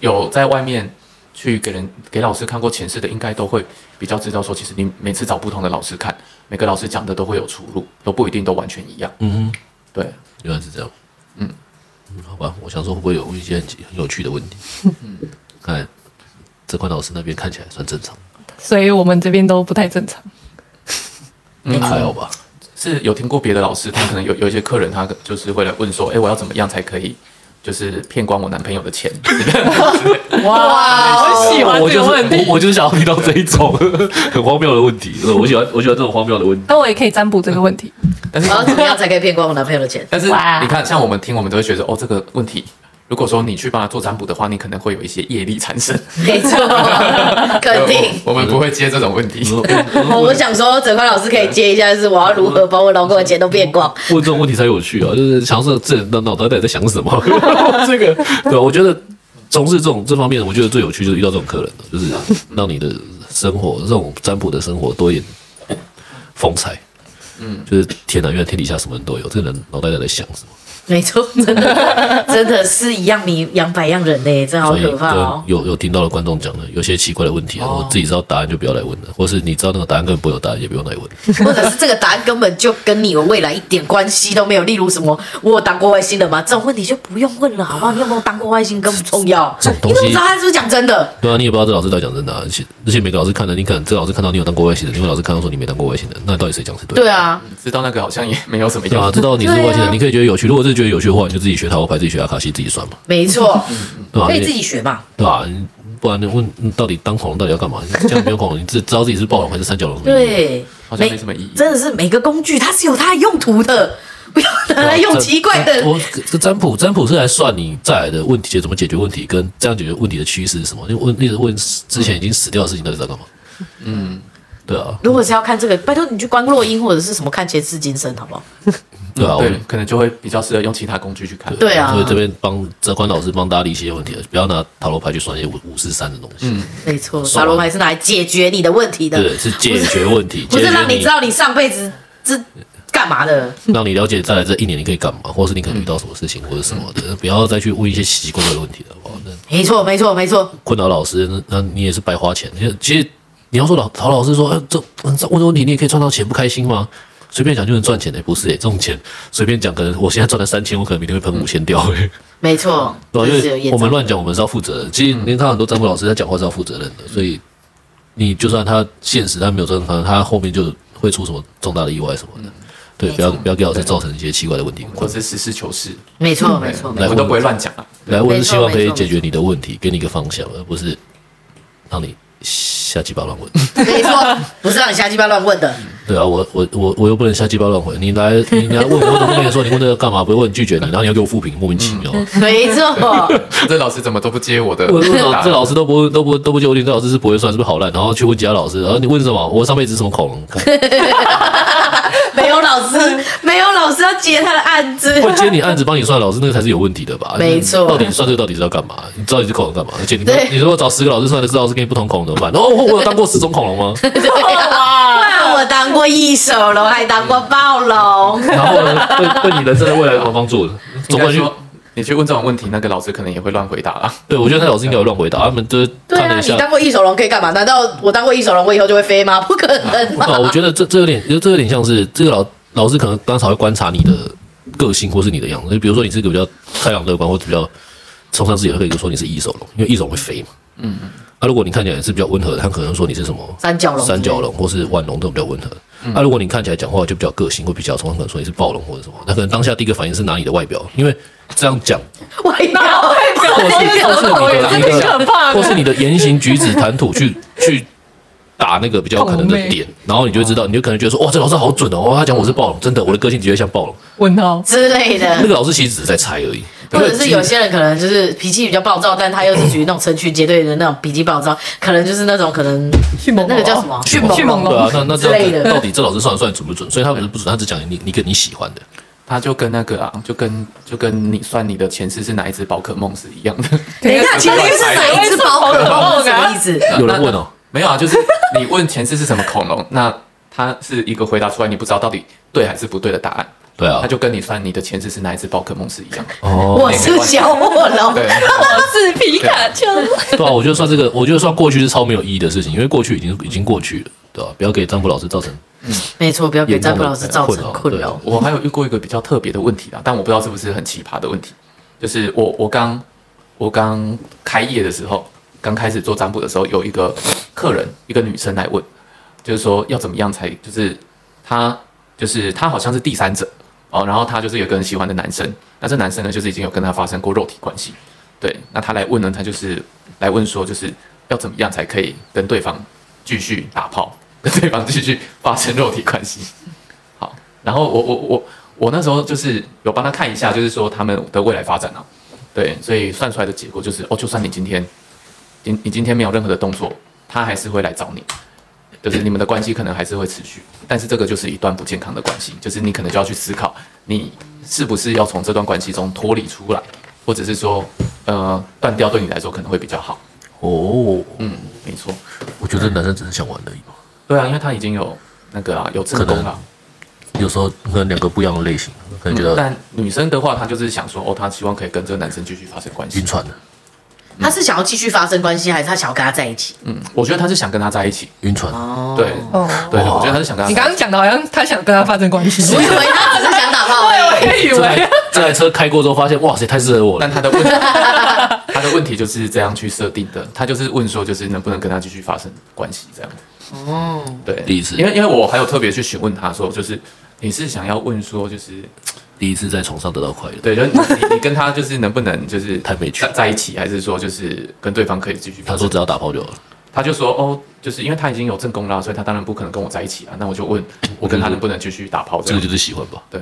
有在外面去给人给老师看过前世的，应该都会比较知道说，其实你每次找不同的老师看，每个老师讲的都会有出入，都不一定都完全一样。嗯哼，对，原来是这样。嗯，好吧，我想说会不会有一些很很有趣的问题？嗯，看来这块老师那边看起来算正常。所以我们这边都不太正常。嗯，还好吧。是有听过别的老师，他可能有有一些客人，他就是会来问说，哎、我要怎么样才可以，就是骗光我男朋友的钱？哇，我喜欢我哎这个就是问题。我我就是想要遇到这一种 (laughs) 很荒谬的问题。呃我喜欢我喜欢这种荒谬的问题。那我也可以占卜这个问题。但是我要怎么样才可以骗光我男朋友的钱？但是哦哇你看，像我们听，我们都会觉得哦，这个问题，如果说你去帮他做占卜的话，你可能会有一些业力产生。没 (laughs) 错，肯定。 (laughs) 我们不会接这种问题。哦我我想说，哲宽老师可以接一下，就是我要如何把我老公的钱都变光？问这种问题才有趣啊！ (laughs) 就是想说这人的脑袋到底在想什么？ (laughs) 这个对啊，我觉得从事这种这方面，我觉得最有趣就是遇到这种客人了，就是让你的生活这种占卜的生活多一点风采。嗯，就是天哪，原来天底下什么人都有，这个人脑袋到底在想什么？没错，真 (laughs) 的真的是一样米养百样人呢，真的好所以可怕哦跟。有有听到的观众讲的，有些奇怪的问题啊，我自己知道答案就不要来问了，或是你知道那个答案根本不会有答案，也不 (laughs) 用来问。或者是这个答案根本就跟你有未来一点关系都没有。例如什么，我有当过外星人吗？这种问题就不用问了，好不好？你有没有当过外星更不 (laughs) 重要。这种你东怎么西知道他是不是讲真的？对啊，你也不知道这老师到底讲真的、啊，而且而且每个老师看的，你可能这个老师看到你有当过外星人，另外老师看到说你没当过外星人，那到底谁讲是对的？对啊， (laughs) 知道那个好像也没有什么对啊，用。知道你是外星对啊人，你可以觉得有趣。如果是觉得有趣的话，你就自己学塔罗牌，自己学阿卡西，自己算嘛，没错，对吧、可你以自己学嘛。对吧、你不然你问你到底当恐龙到底要干嘛？你这样没有恐龙，你自知道自己是暴龙还是三角龙？，对，好像没什么意义真的是每个工具它是有它的用途的，不要拿来用奇怪的。哎我这占卜，占卜是来算你再来的问题怎么解决问题，跟这样解决问题的趋势是什么？就问一直问之前已经死掉的事情到底在干嘛？嗯，对啊，如果是要看这个，拜托你去观落音或者是什么看前世今生，好不好？对啊，我对，可能就会比较适合用其他工具去看。对啊所以这边帮哲宽老师帮大家理清一些问题了，不要拿塔罗牌去算一些五五四三的东西。没错，塔罗牌是拿来解决你的问题的，对，是解决 (laughs) 问题，不解是决让你知道你上辈子是干嘛的。让你了解再来这一年你可以干嘛，或是你可能遇到什么事情或者什么的，不要再去问一些奇奇怪怪的问题了，好不好？那没错，没错，没错。困扰老师，那那你也是白花钱。其实其实你要说老陶老师说，哎、这嗯这问这问题你也可以赚到钱，不开心吗？随便讲就能赚钱的、不是哎、这种钱随便讲，可能我现在赚了三千，我可能明天会喷五千掉哎、没错， (laughs) 对啊、就因是有为业我障们乱讲，我们是要负责任。其实你看很多占卜老师，他讲话是要负责任的，所以你就算他现实他没有赚到他，他后面就会出什么重大的意外什么的。对，不要不要给老师造成一些奇怪的问题。或者是实事求是，没嗯错，没对错，我没错们都不会乱讲啊。来问是希望可以没错解决你的问题，给你一个方向，而不是让你瞎鸡巴乱问。没错，不是让你瞎鸡巴乱问 (laughs) 的。对啊，我我我我又不能瞎鸡巴乱回，(laughs) 你来你来问我，我怎么跟你说你问这个干嘛？不会问拒绝你，然后你要给我复评，莫名其妙。没错， (laughs) 这老师怎么都不接我的 (laughs) 我问答老案这老师都不会都不都不纠定，这老师是不会算，是不是好烂？然后去问其他老师，然后你问什么？我上辈子是什么 (laughs) 恐龙？看没有老师，没有老师要接他的案 (laughs) 子。会接你案子帮你算，老师那个才是有问题的吧？没错到底算这个到底是要干嘛？你知道你是恐龙干嘛？而且你对你如果找十个老师算的，是老师给你不同恐龙怎么办？哦，我我有当过十种恐龙吗？啊哇，我当过一手龙，还当过暴龙。然后呢，对对你人生的未来有什么帮助？应总该冠军说，你去问这种问题，那个老师可能也会乱回答啊。对我觉得那老师应该有乱回答，他们就是对看了啊，一你下。当过一手龙可以干嘛？难道我当过一手龙，我以后就会飞吗？不可能啊，我觉得这这有点，这有点像是这个老老师可能当场会观察你的个性或是你的样子，就比如说你是一个比较开朗乐观或者比较崇尚自己的，可以说你是翼手龙，因为翼手龙会飞嘛。嗯。啊，如果你看起来是比较温和的，他可能说你是什么三角龙，三角龙或是腕龙都比较温和。嗯啊，如果你看起来讲话就比较个性或比较冲，他可能说你是暴龙或者什么，他可能当下第一个反应是拿你的外表，因为这样讲我一定要会 (laughs) 或是或是你的你可的，怕或是你的言行举止谈吐去去打那个比较可能的点，然后你就会知道，你就可能觉得说，哇，这老师好准哦，哇，他讲我是暴龙，真的，我的个性的确像暴龙。问号，之类那的。个老师其实只是在猜而已，或者是有些 (laughs) 人可能就是脾气比较暴躁，但他又是属于那种成群结队的那种脾气暴躁，可能就是那种可能迅猛龙那个叫什么迅猛迅猛对啊，龙，那那之这类样的子到底这老师算得算准不准？所以他不是不准，他只讲你你跟你喜欢的。他就跟那个啊，就跟就跟你算你的前世是哪一只宝可梦是一样 (laughs) 的。等一下，前面啊是哪一只 (laughs) 宝可梦是什么意思？有人问哦，没有啊，就是你问前世是什么恐龙，那他是一个回答出来，你不知道到底对还是不对的答案。对啊他，就跟你算你的前世是哪一只宝可梦是一样的。哦，我是小火龙，对，是皮卡 (laughs) 丘。对啊，我觉得算这个，我觉得算过去是超没有意义的事情，因为过去已经已经过去了，对吧、啊不要给占卜老师造成没错，不要给严重占的卜老师造成困对啊扰。我还有遇过一个比较特别的问题啦，但我不知道是不是很奇葩的问题，就是我我刚我刚开业的时候，刚开始做占卜的时候，有一个客人，一个女生来问，就是说要怎么样才就是他就是他好像是第三者哦，然后他就是有个人喜欢的男生，那这男生呢就是已经有跟他发生过肉体关系，对，那他来问呢，他就是来问说就是要怎么样才可以跟对方继续打炮，跟对方继续发生肉体关系。好，然后我我我我那时候就是有帮他看一下，就是说他们的未来发展啊，对，所以算出来的结果就是，哦，就算你今天，你你今天没有任何的动作，他还是会来找你，就是你们的关系可能还是会持续，但是这个就是一段不健康的关系，就是你可能就要去思考，你是不是要从这段关系中脱离出来，或者是说，呃，断掉对你来说可能会比较好。哦，嗯，没错，我觉得男生只是想玩而已嘛。对啊，因为他已经有那个啊，有成功可了能。有时候可能两个不一样的类型，可能觉得但女生的话，她就是想说，哦，她希望可以跟这个男生继续发生关系晕。船了，他是想要继续发生关系，还是他想要跟他在一起？嗯，我觉得她是想跟他在一起。晕船。哦对，哦，对，我觉得她是想跟他在你一起。刚刚讲的好像他想跟他发生关系， (laughs) 我以为他只是想打炮而已。以这台这台车开过之后发现，哇塞，太适合我了但。他的问 (laughs) 他的问题就是这样去设定的，他就是问说，就是能不能跟他继续发生关系这样。哦，对，第一次因为因为我还有特别去询问他说，就是你是想要问说，就是第一次在床上得到快乐，对，就是你你你跟他就是能不能就是太没趣在在一起，还是说就是跟对方可以继续他发生？说只要打炮就好了。他就说哦，就是因为他已经有正宫啦，所以他当然不可能跟我在一起啊。那我就问我跟他能不能继续打炮这这个样就？是喜欢吧。对，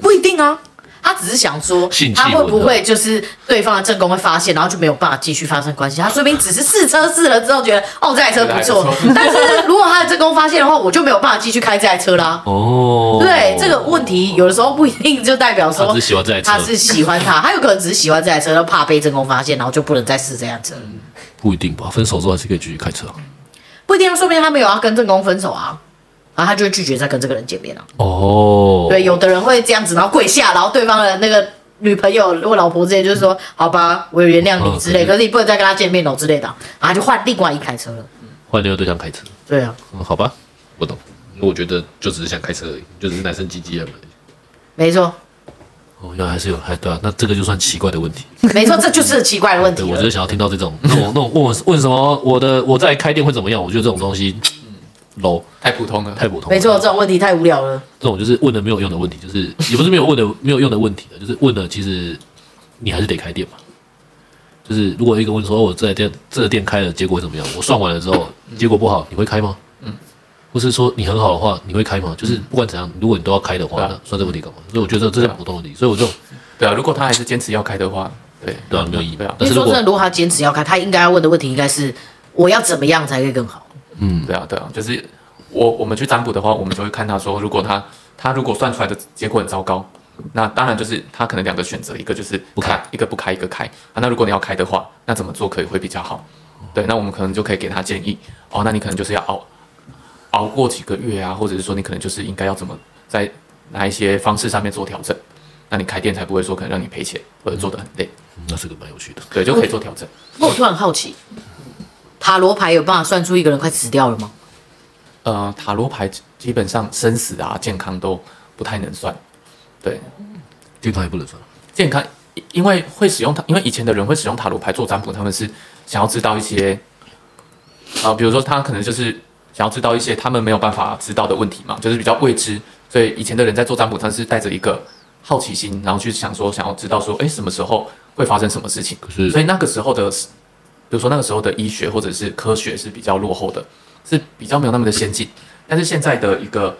不一定啊。他只是想说性，气他会温不会就是对方的正宫会发现，然后就没有办法继续发生关系？他说不定只是试车试了之后觉得，哦，这台车不错这台车不错。 (laughs) 但是如果他的正宫发现的话，我就没有办法继续开这台车啦。哦，对，这个问题有的时候不一定就代表说他只是喜欢这台车他是喜欢他，他有可能只是喜欢这台车，他怕被正宫发现，然后就不能再试这辆车。不一定吧？分手之后还是可以继续开车啊。不一定，说不定他没有要跟正宫分手啊，然后他就会拒绝再跟这个人见面了、啊。哦，对，有的人会这样子，然后跪下，然后对方的那个女朋友或老婆之类，就是说，好吧，我有原谅你之类，嗯可是你不能再跟他见面了之类的啊，然后就换另外一台车了。换另外对象开车。对啊，嗯，好吧，我懂。因为我觉得就只是想开车而已，就只是男生啊唧唧而已。没错，哦，原来还是有，还对啊，那这个就算奇怪的问题。没错，这就是奇怪的问 (laughs) 对，题我了就是想要听到这种那种那种问我问什么，我的我在开店会怎么样？我觉得这种东西 low 太普通了，太普通了。没错，这种问题太无聊了。这种就是问了没有用的问题，就是也不是没有问的没有用的问题的，就是问了其实你还是得开店嘛。就是如果一个问说，哦、我这家店这个店开了，结果怎么样？我算完了之后，结果不好，你会开吗？嗯，或是说你很好的话，你会开吗？就是不管怎样，如果你都要开的话，嗯对啊那算这问题干嘛？所以我觉得这是普通问题，所以我就对啊。如果他还是坚持要开的话，对对啊没有意义对啊，因但为是如说果真的，如果他坚持要开，他应该要问的问题应该是，我要怎么样才可以更好？嗯，对啊，对啊，就是我我们去占卜的话，我们就会看他说，如果他他如果算出来的结果很糟糕，那当然就是他可能两个选择，一个就是不开看，一个不开，一个开、啊。那如果你要开的话，那怎么做可以会比较好？对，那我们可能就可以给他建议哦，那你可能就是要熬熬过几个月啊，或者是说你可能就是应该要怎么在哪一些方式上面做调整，那你开店才不会说可能让你赔钱或者做的很累，那这个蛮有趣的。对，就可以做调整。不过我突然好奇，塔罗牌有办法算出一个人快死掉了吗？呃，塔罗牌基本上生死啊、健康都不太能算，对，健康也不能算，健康，因因为会使用它，因为以前的人会使用塔罗牌做占卜，他们是想要知道一些，啊、比如说他可能就是想要知道一些他们没有办法知道的问题嘛，就是比较未知，所以以前的人在做占卜，他是带着一个好奇心，然后去想说想要知道说，哎，什么时候会发生什么事情，可是所以那个时候的，比如说那个时候的医学或者是科学是比较落后的，是比较没有那么的先进。但是现在的一个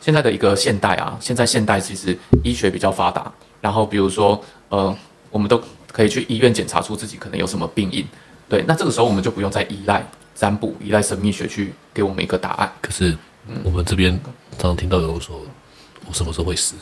现在的一个现代啊，现在现代其实医学比较发达，然后比如说呃，我们都可以去医院检查出自己可能有什么病因，对，那这个时候我们就不用再依赖占卜、依赖神秘学去给我们一个答案。可是嗯我们这边常常听到有人说，我什么时候会死？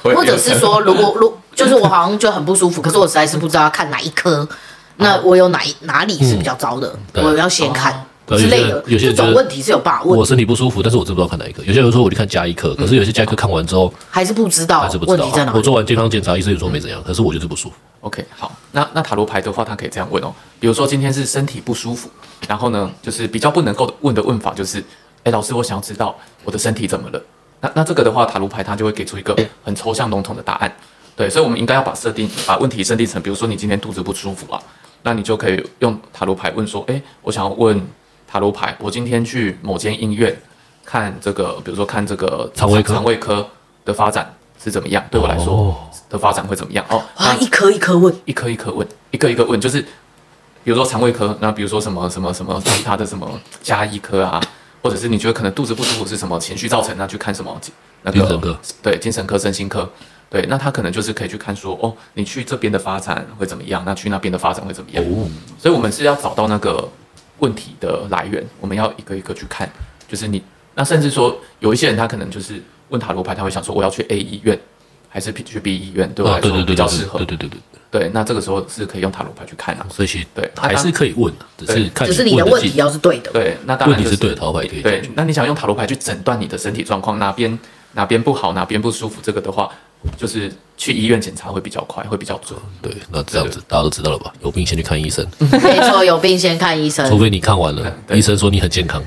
或 (laughs) 者是说，如果如就是我好像就很不舒服，可是我实在是不知道要看哪一科，那我有哪一哪里是比较糟的，哦嗯对哦我要先看对之类的。有这些人种问题是有办法我问，身体不舒服，但是我真不知道看哪一个。有些人说我去看加医科，可是有些加医科看完之后还是不知道还是不知问道题在啊哪。。我做完健康检查，医生也说没怎样，可是我就是不舒服。 OK，好，那那塔罗牌的话，它可以这样问哦，比如说今天是身体不舒服，然后呢，就是比较不能够问的问法就是，哎，老师，我想要知道我的身体怎么了。那那这个的话，塔罗牌它就会给出一个很抽象笼统的答案。对，所以我们应该要把设定把问题设定成，比如说你今天肚子不舒服啊，那你就可以用塔罗牌问说，哎，我想要问塔罗牌，我今天去某间医院，看这个，比如说看这个肠胃科肠胃科的发展是怎么样，对我来说哦的发展会怎么样哦。哇，那一颗一颗问，一颗一颗问，一个一个问，就是比如说肠胃科，那比如说什么什么什么其他的什么加医科啊，或者是你觉得可能肚子不舒服是什么情绪造成，啊那去看什么那个精神科对精神科、身心科，对，那他可能就是可以去看说哦，你去这边的发展会怎么样，那去那边的发展会怎么样，哦，所以我们是要找到那个问题的来源，我们要一个一个去看，就是你那甚至说有一些人他可能就是问塔罗牌，他会想说我要去 A 医院还是去 B 医院，对我啊来对说对对比对较适合对。对对对，对对，那这个时候是可以用塔罗牌去看啊。所以其实对还是可以问啊，只是对看只是你的问技题啊要是对的。对，那当问然、题就是对的，桃牌可以解对决。，那你想用塔罗牌去诊断你的身体状况，哪边哪边不好，哪边不舒服，这个的话，就是去医院检查会比较快，会比较准。对，那这样子大家都知道了吧？有病先去看医生，没错，有病先看医除生，非你看完了，对医生说你很健康，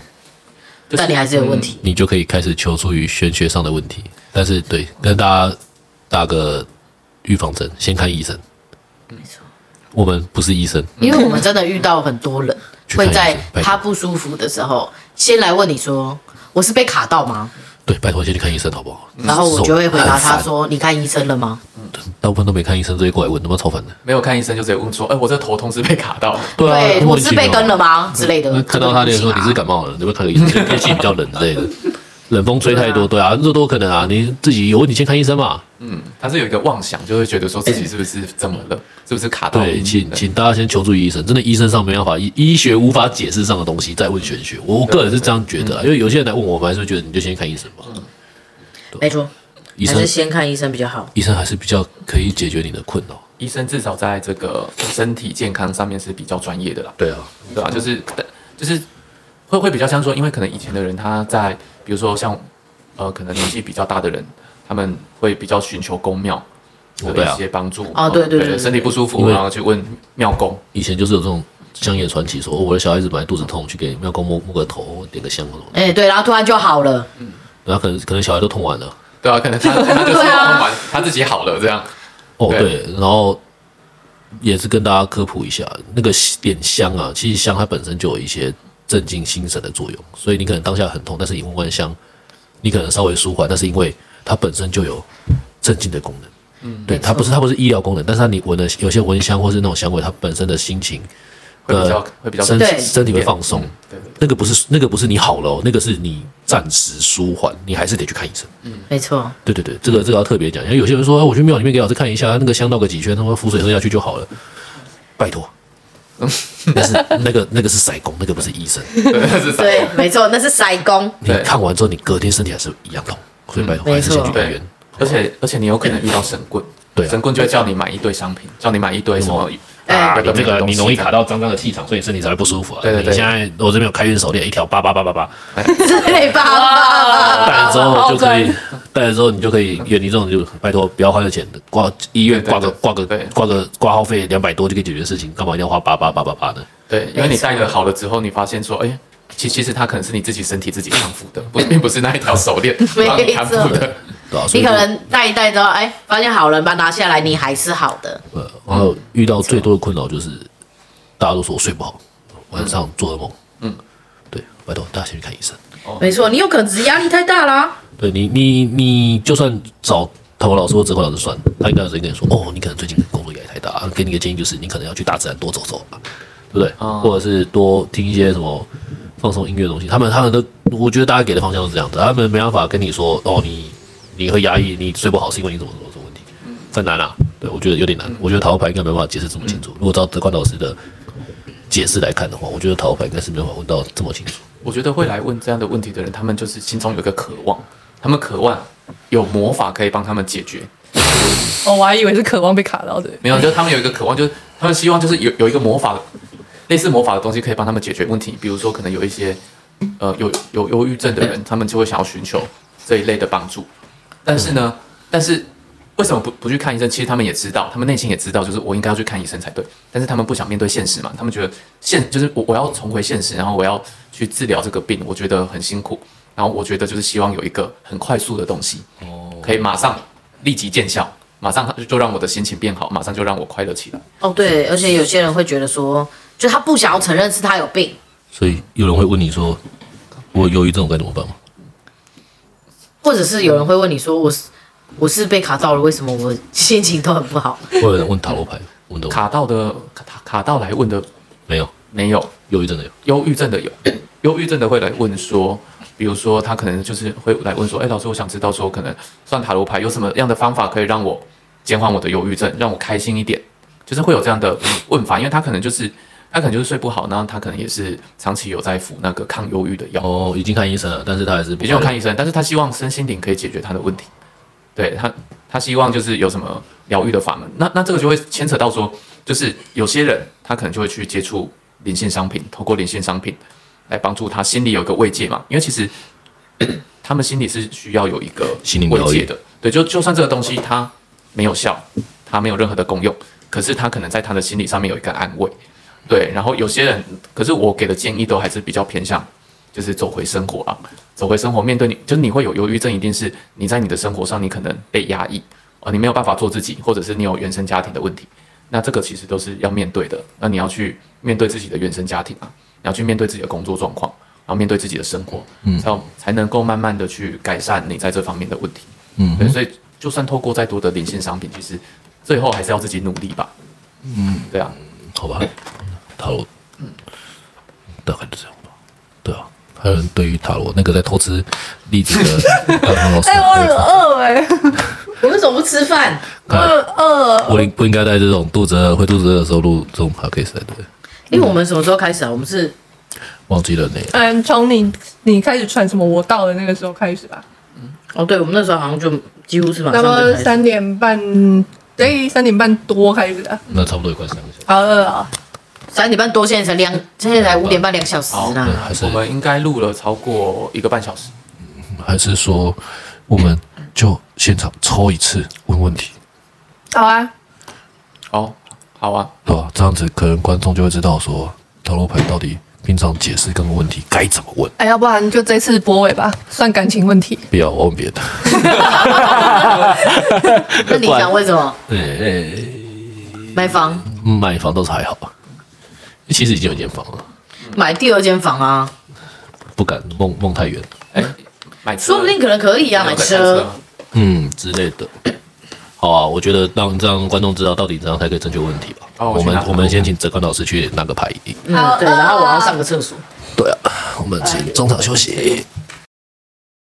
就是但你还是有问题。你就可以开始求助于玄学上的问题。但是对，跟大家打个预防针，先看医生。没错，嗯我们不是医生，因为我们真的遇到很多人嗯去看会医生在拜托他不舒服的时候，先来问你说我是被卡到吗？对，拜托先去看医生好不好？然后我就会回答手很他烦，说你看医生了吗？大部分都没看医生，直接过来问，他妈超烦的。没有看医生就直接问说，哎、我这头痛是被卡到了，啊对，啊我是被跟了吗？吗之类的。嗯看到他脸说啊你是感冒了，你会看个医生，天气比较冷之类的，冷风吹太多，对啊，这都可能啊。你自己有问题先看医生嘛。嗯，他是有一个妄想，就会觉得说自己是不是怎么了，是不是卡到对，阴请影了？请大家先求助于医生，真的医生上没办法，医医学无法解释上的东西，再问玄学，我我个人是这样觉得啊，因为有些人来问我，我们还是会觉得你就先看医生吧，没错，医还是生先看医生比较好。医生还是比较可以解决你的困扰。医生至少在这个身体健康上面是比较专业的啦。对啊，对吧、就是就是会会比较像说，因为可能以前的人他在，比如说像呃，可能年纪比较大的人，他们会比较寻求公庙的哦对啊一些帮助。哦对对对对身体不舒因服，为然后去问庙公。以前就是有这种乡野传奇，说哦我的小孩子本来肚子痛，去给庙公摸摸个头，点个香什么的，哎，对，然后突然就好了。然后可能可能小孩都痛完了。对啊，可能他他就是对啊弄完他自己好了这样。哦，对对，然后也是跟大家科普一下，那个点香啊，其实香它本身就有一些镇静心神的作用，所以你可能当下很痛，但是你闻闻香，你可能稍微舒缓，但是因为它本身就有镇静的功能。嗯，对，它不是它不是医疗功能，但是它你闻的有些蚊香或是那种香味，它本身的心情会比较呃会比较身对身体会放松。对对对那个不是那个不是你好了、哦，那个是你暂时舒缓，你还是得去看医生。没错，对对对，这嗯个这个要特别讲，因为有些人说，啊、我去庙里面给老师看一下，那个香绕个几圈，他妈符水喝下去就好了，拜 (laughs) 托。但是那个那个是塞工，那个不是医生。对是啥？对，没错，那是筛工。你对看完之后，你隔天身体还是一样痛，所以拜托嗯还是先没去医错院对。，而且而且你有可能遇到神棍，对啊神棍就会叫你买一堆商品，叫你买一堆什么哎啊你这个你容易卡到到，脏脏的气场，所以你身体才会不舒服啊。对对对你现在我这边有开运手链，一条八八八八八， (laughs) 对啊吧？戴了之后就可以，戴了之后你就可以远离这种，就拜托不要花这钱，挂医院挂对对个对挂个对挂个挂号费两百多就可以解决的事情，干嘛一定要花八八八八八呢？对，因为你戴了好了之后，你发现说，哎，其其实它可能是你自己身体自己康复的，不并不是那一条手链没让你康复的。对吧？所以你可就能戴一戴之后，哎，发现好了，把它拿下来，你还是好的。呃，然后遇到最多的困扰就是，大家都说我睡不好，晚上做噩梦。嗯，对，拜托大家先去看医生。没错，你有可能只是压力太大啦。对你，你你就算找头发老师或指挥老师算，他应该有直接跟你说，哦，你可能最近工作压力太大，啊给你一个建议就是，你可能要去大自然多走走吧，对不对？哦或者是多听一些什么放松音乐的东西。他们他们都，我觉得大家给的方向是这样的，他们没办法跟你说，哦，你你会压抑，你睡不好是因为你怎么怎么怎么问题，很难啊。对我觉得有点难，我觉得塔罗牌应该没办法解释这么清楚。如果照德冠老师的解释来看的话，我觉得塔罗牌应该是没办法问到这么清楚。我觉得会来问这样的问题的人，他们就是心中有一个渴望，他们渴望有魔法可以帮他们解决。哦， (laughs) 我还以为是渴望被卡到的。没有，就是他们有一个渴望，就是他们希望就是有有一个魔法，类似魔法的东西可以帮他们解决问题。比如说，可能有一些呃有有忧郁症的人，他们就会想要寻求这一类的帮助。但是呢，但是为什么不不去看医生？其实他们也知道，他们内心也知道，就是我应该要去看医生才对。但是他们不想面对现实嘛，他们觉得现就是我我要重回现实，然后我要去治疗这个病，我觉得很辛苦。然后我觉得就是希望有一个很快速的东西，可以马上立即见效，马上就让我的心情变好，马上就让我快乐起来。哦，对，而且有些人会觉得说，就他不想要承认是他有病，所以有人会问你说，我有忧郁症我该怎么办吗？或者是有人会问你说，我是我是被卡到了，为什么我心情都很不好？会有人问塔罗牌，问的卡到的卡卡到来问的没有，没有，忧郁症的有，忧郁症的有， (coughs) 忧郁症的会来问说，比如说他可能就是会来问说，哎、老师，我想知道说，可能算塔罗牌有什么样的方法可以让我减缓我的忧郁症，让我开心一点，就是会有这样的问法，因为他可能就是他可能就是睡不好，然后他可能也是长期有在服那个抗忧郁的药，哦，已经看医生了，但是他还是不已经快有乐看医生，但是他希望身心灵可以解决他的问题，对他，他希望就是有什么疗愈的法门。那那这个就会牵扯到说，就是有些人他可能就会去接触灵性商品，透过灵性商品来帮助他心里有一个慰藉嘛，因为其实 (clears throat) 他们心里是需要有一个心灵慰疗愈藉的。对，就就算这个东西它没有效，它没有任何的功用，可是他可能在他的心理上面有一个安慰。对，然后有些人，可是我给的建议都还是比较偏向就是走回生活啊，走回生活，面对你，就是你会有忧郁症，一定是你在你的生活上，你可能被压抑，啊，你没有办法做自己，或者是你有原生家庭的问题，那这个其实都是要面对的。那你要去面对自己的原生家庭啊，你要去面对自己的工作状况，然后面对自己的生活，嗯，才有才能够慢慢的去改善你在这方面的问题。嗯对，所以就算透过再多的灵性商品，其实最后还是要自己努力吧。嗯，对啊，好吧，塔罗，嗯大概就这样吧。对啊，还有人对于塔罗那个在偷吃栗子的刚刚老师，哎、我很饿哎、欸你为什么不吃饭？我很饿。我应不应该在这种肚子饿会肚子饿的时候录这种 podcast 才对？因为我们什么时候开始啊？我们是忘记了呢。嗯，从你你开始传什么我到的那个时候开始吧，哦，对，我们那时候好像就几乎是马那上就么开始。三点半，哎，三点半多开始的。啊那差不多也快三个小时，好饿啊！三点半多，现在才两，现在才五点半，两小时好对呢。还是我们应该录了超过一个半小时。还是说我们就现场抽一次问问题，好啊，哦，好啊，对吧、这样子可能观众就会知道说塔罗牌到底平常解释跟问题该怎么问。哎，要不然就这次播尾吧，算感情问题。不要，我问别的。 (laughs) 那你想问什么？对，买房，买哎房倒是还好吧，其实已经有一间房了。买第二间房啊？不敢梦梦太远，哎、买车说不定可能可以啊，买车。嗯之类的。好啊，我觉得让这样观众知道到底怎样才可以正确问题吧。哦我我去拿们牌我们先请哲宽老师去拿个牌。嗯，对，然后我要上个厕所。对啊，我们请中场休息。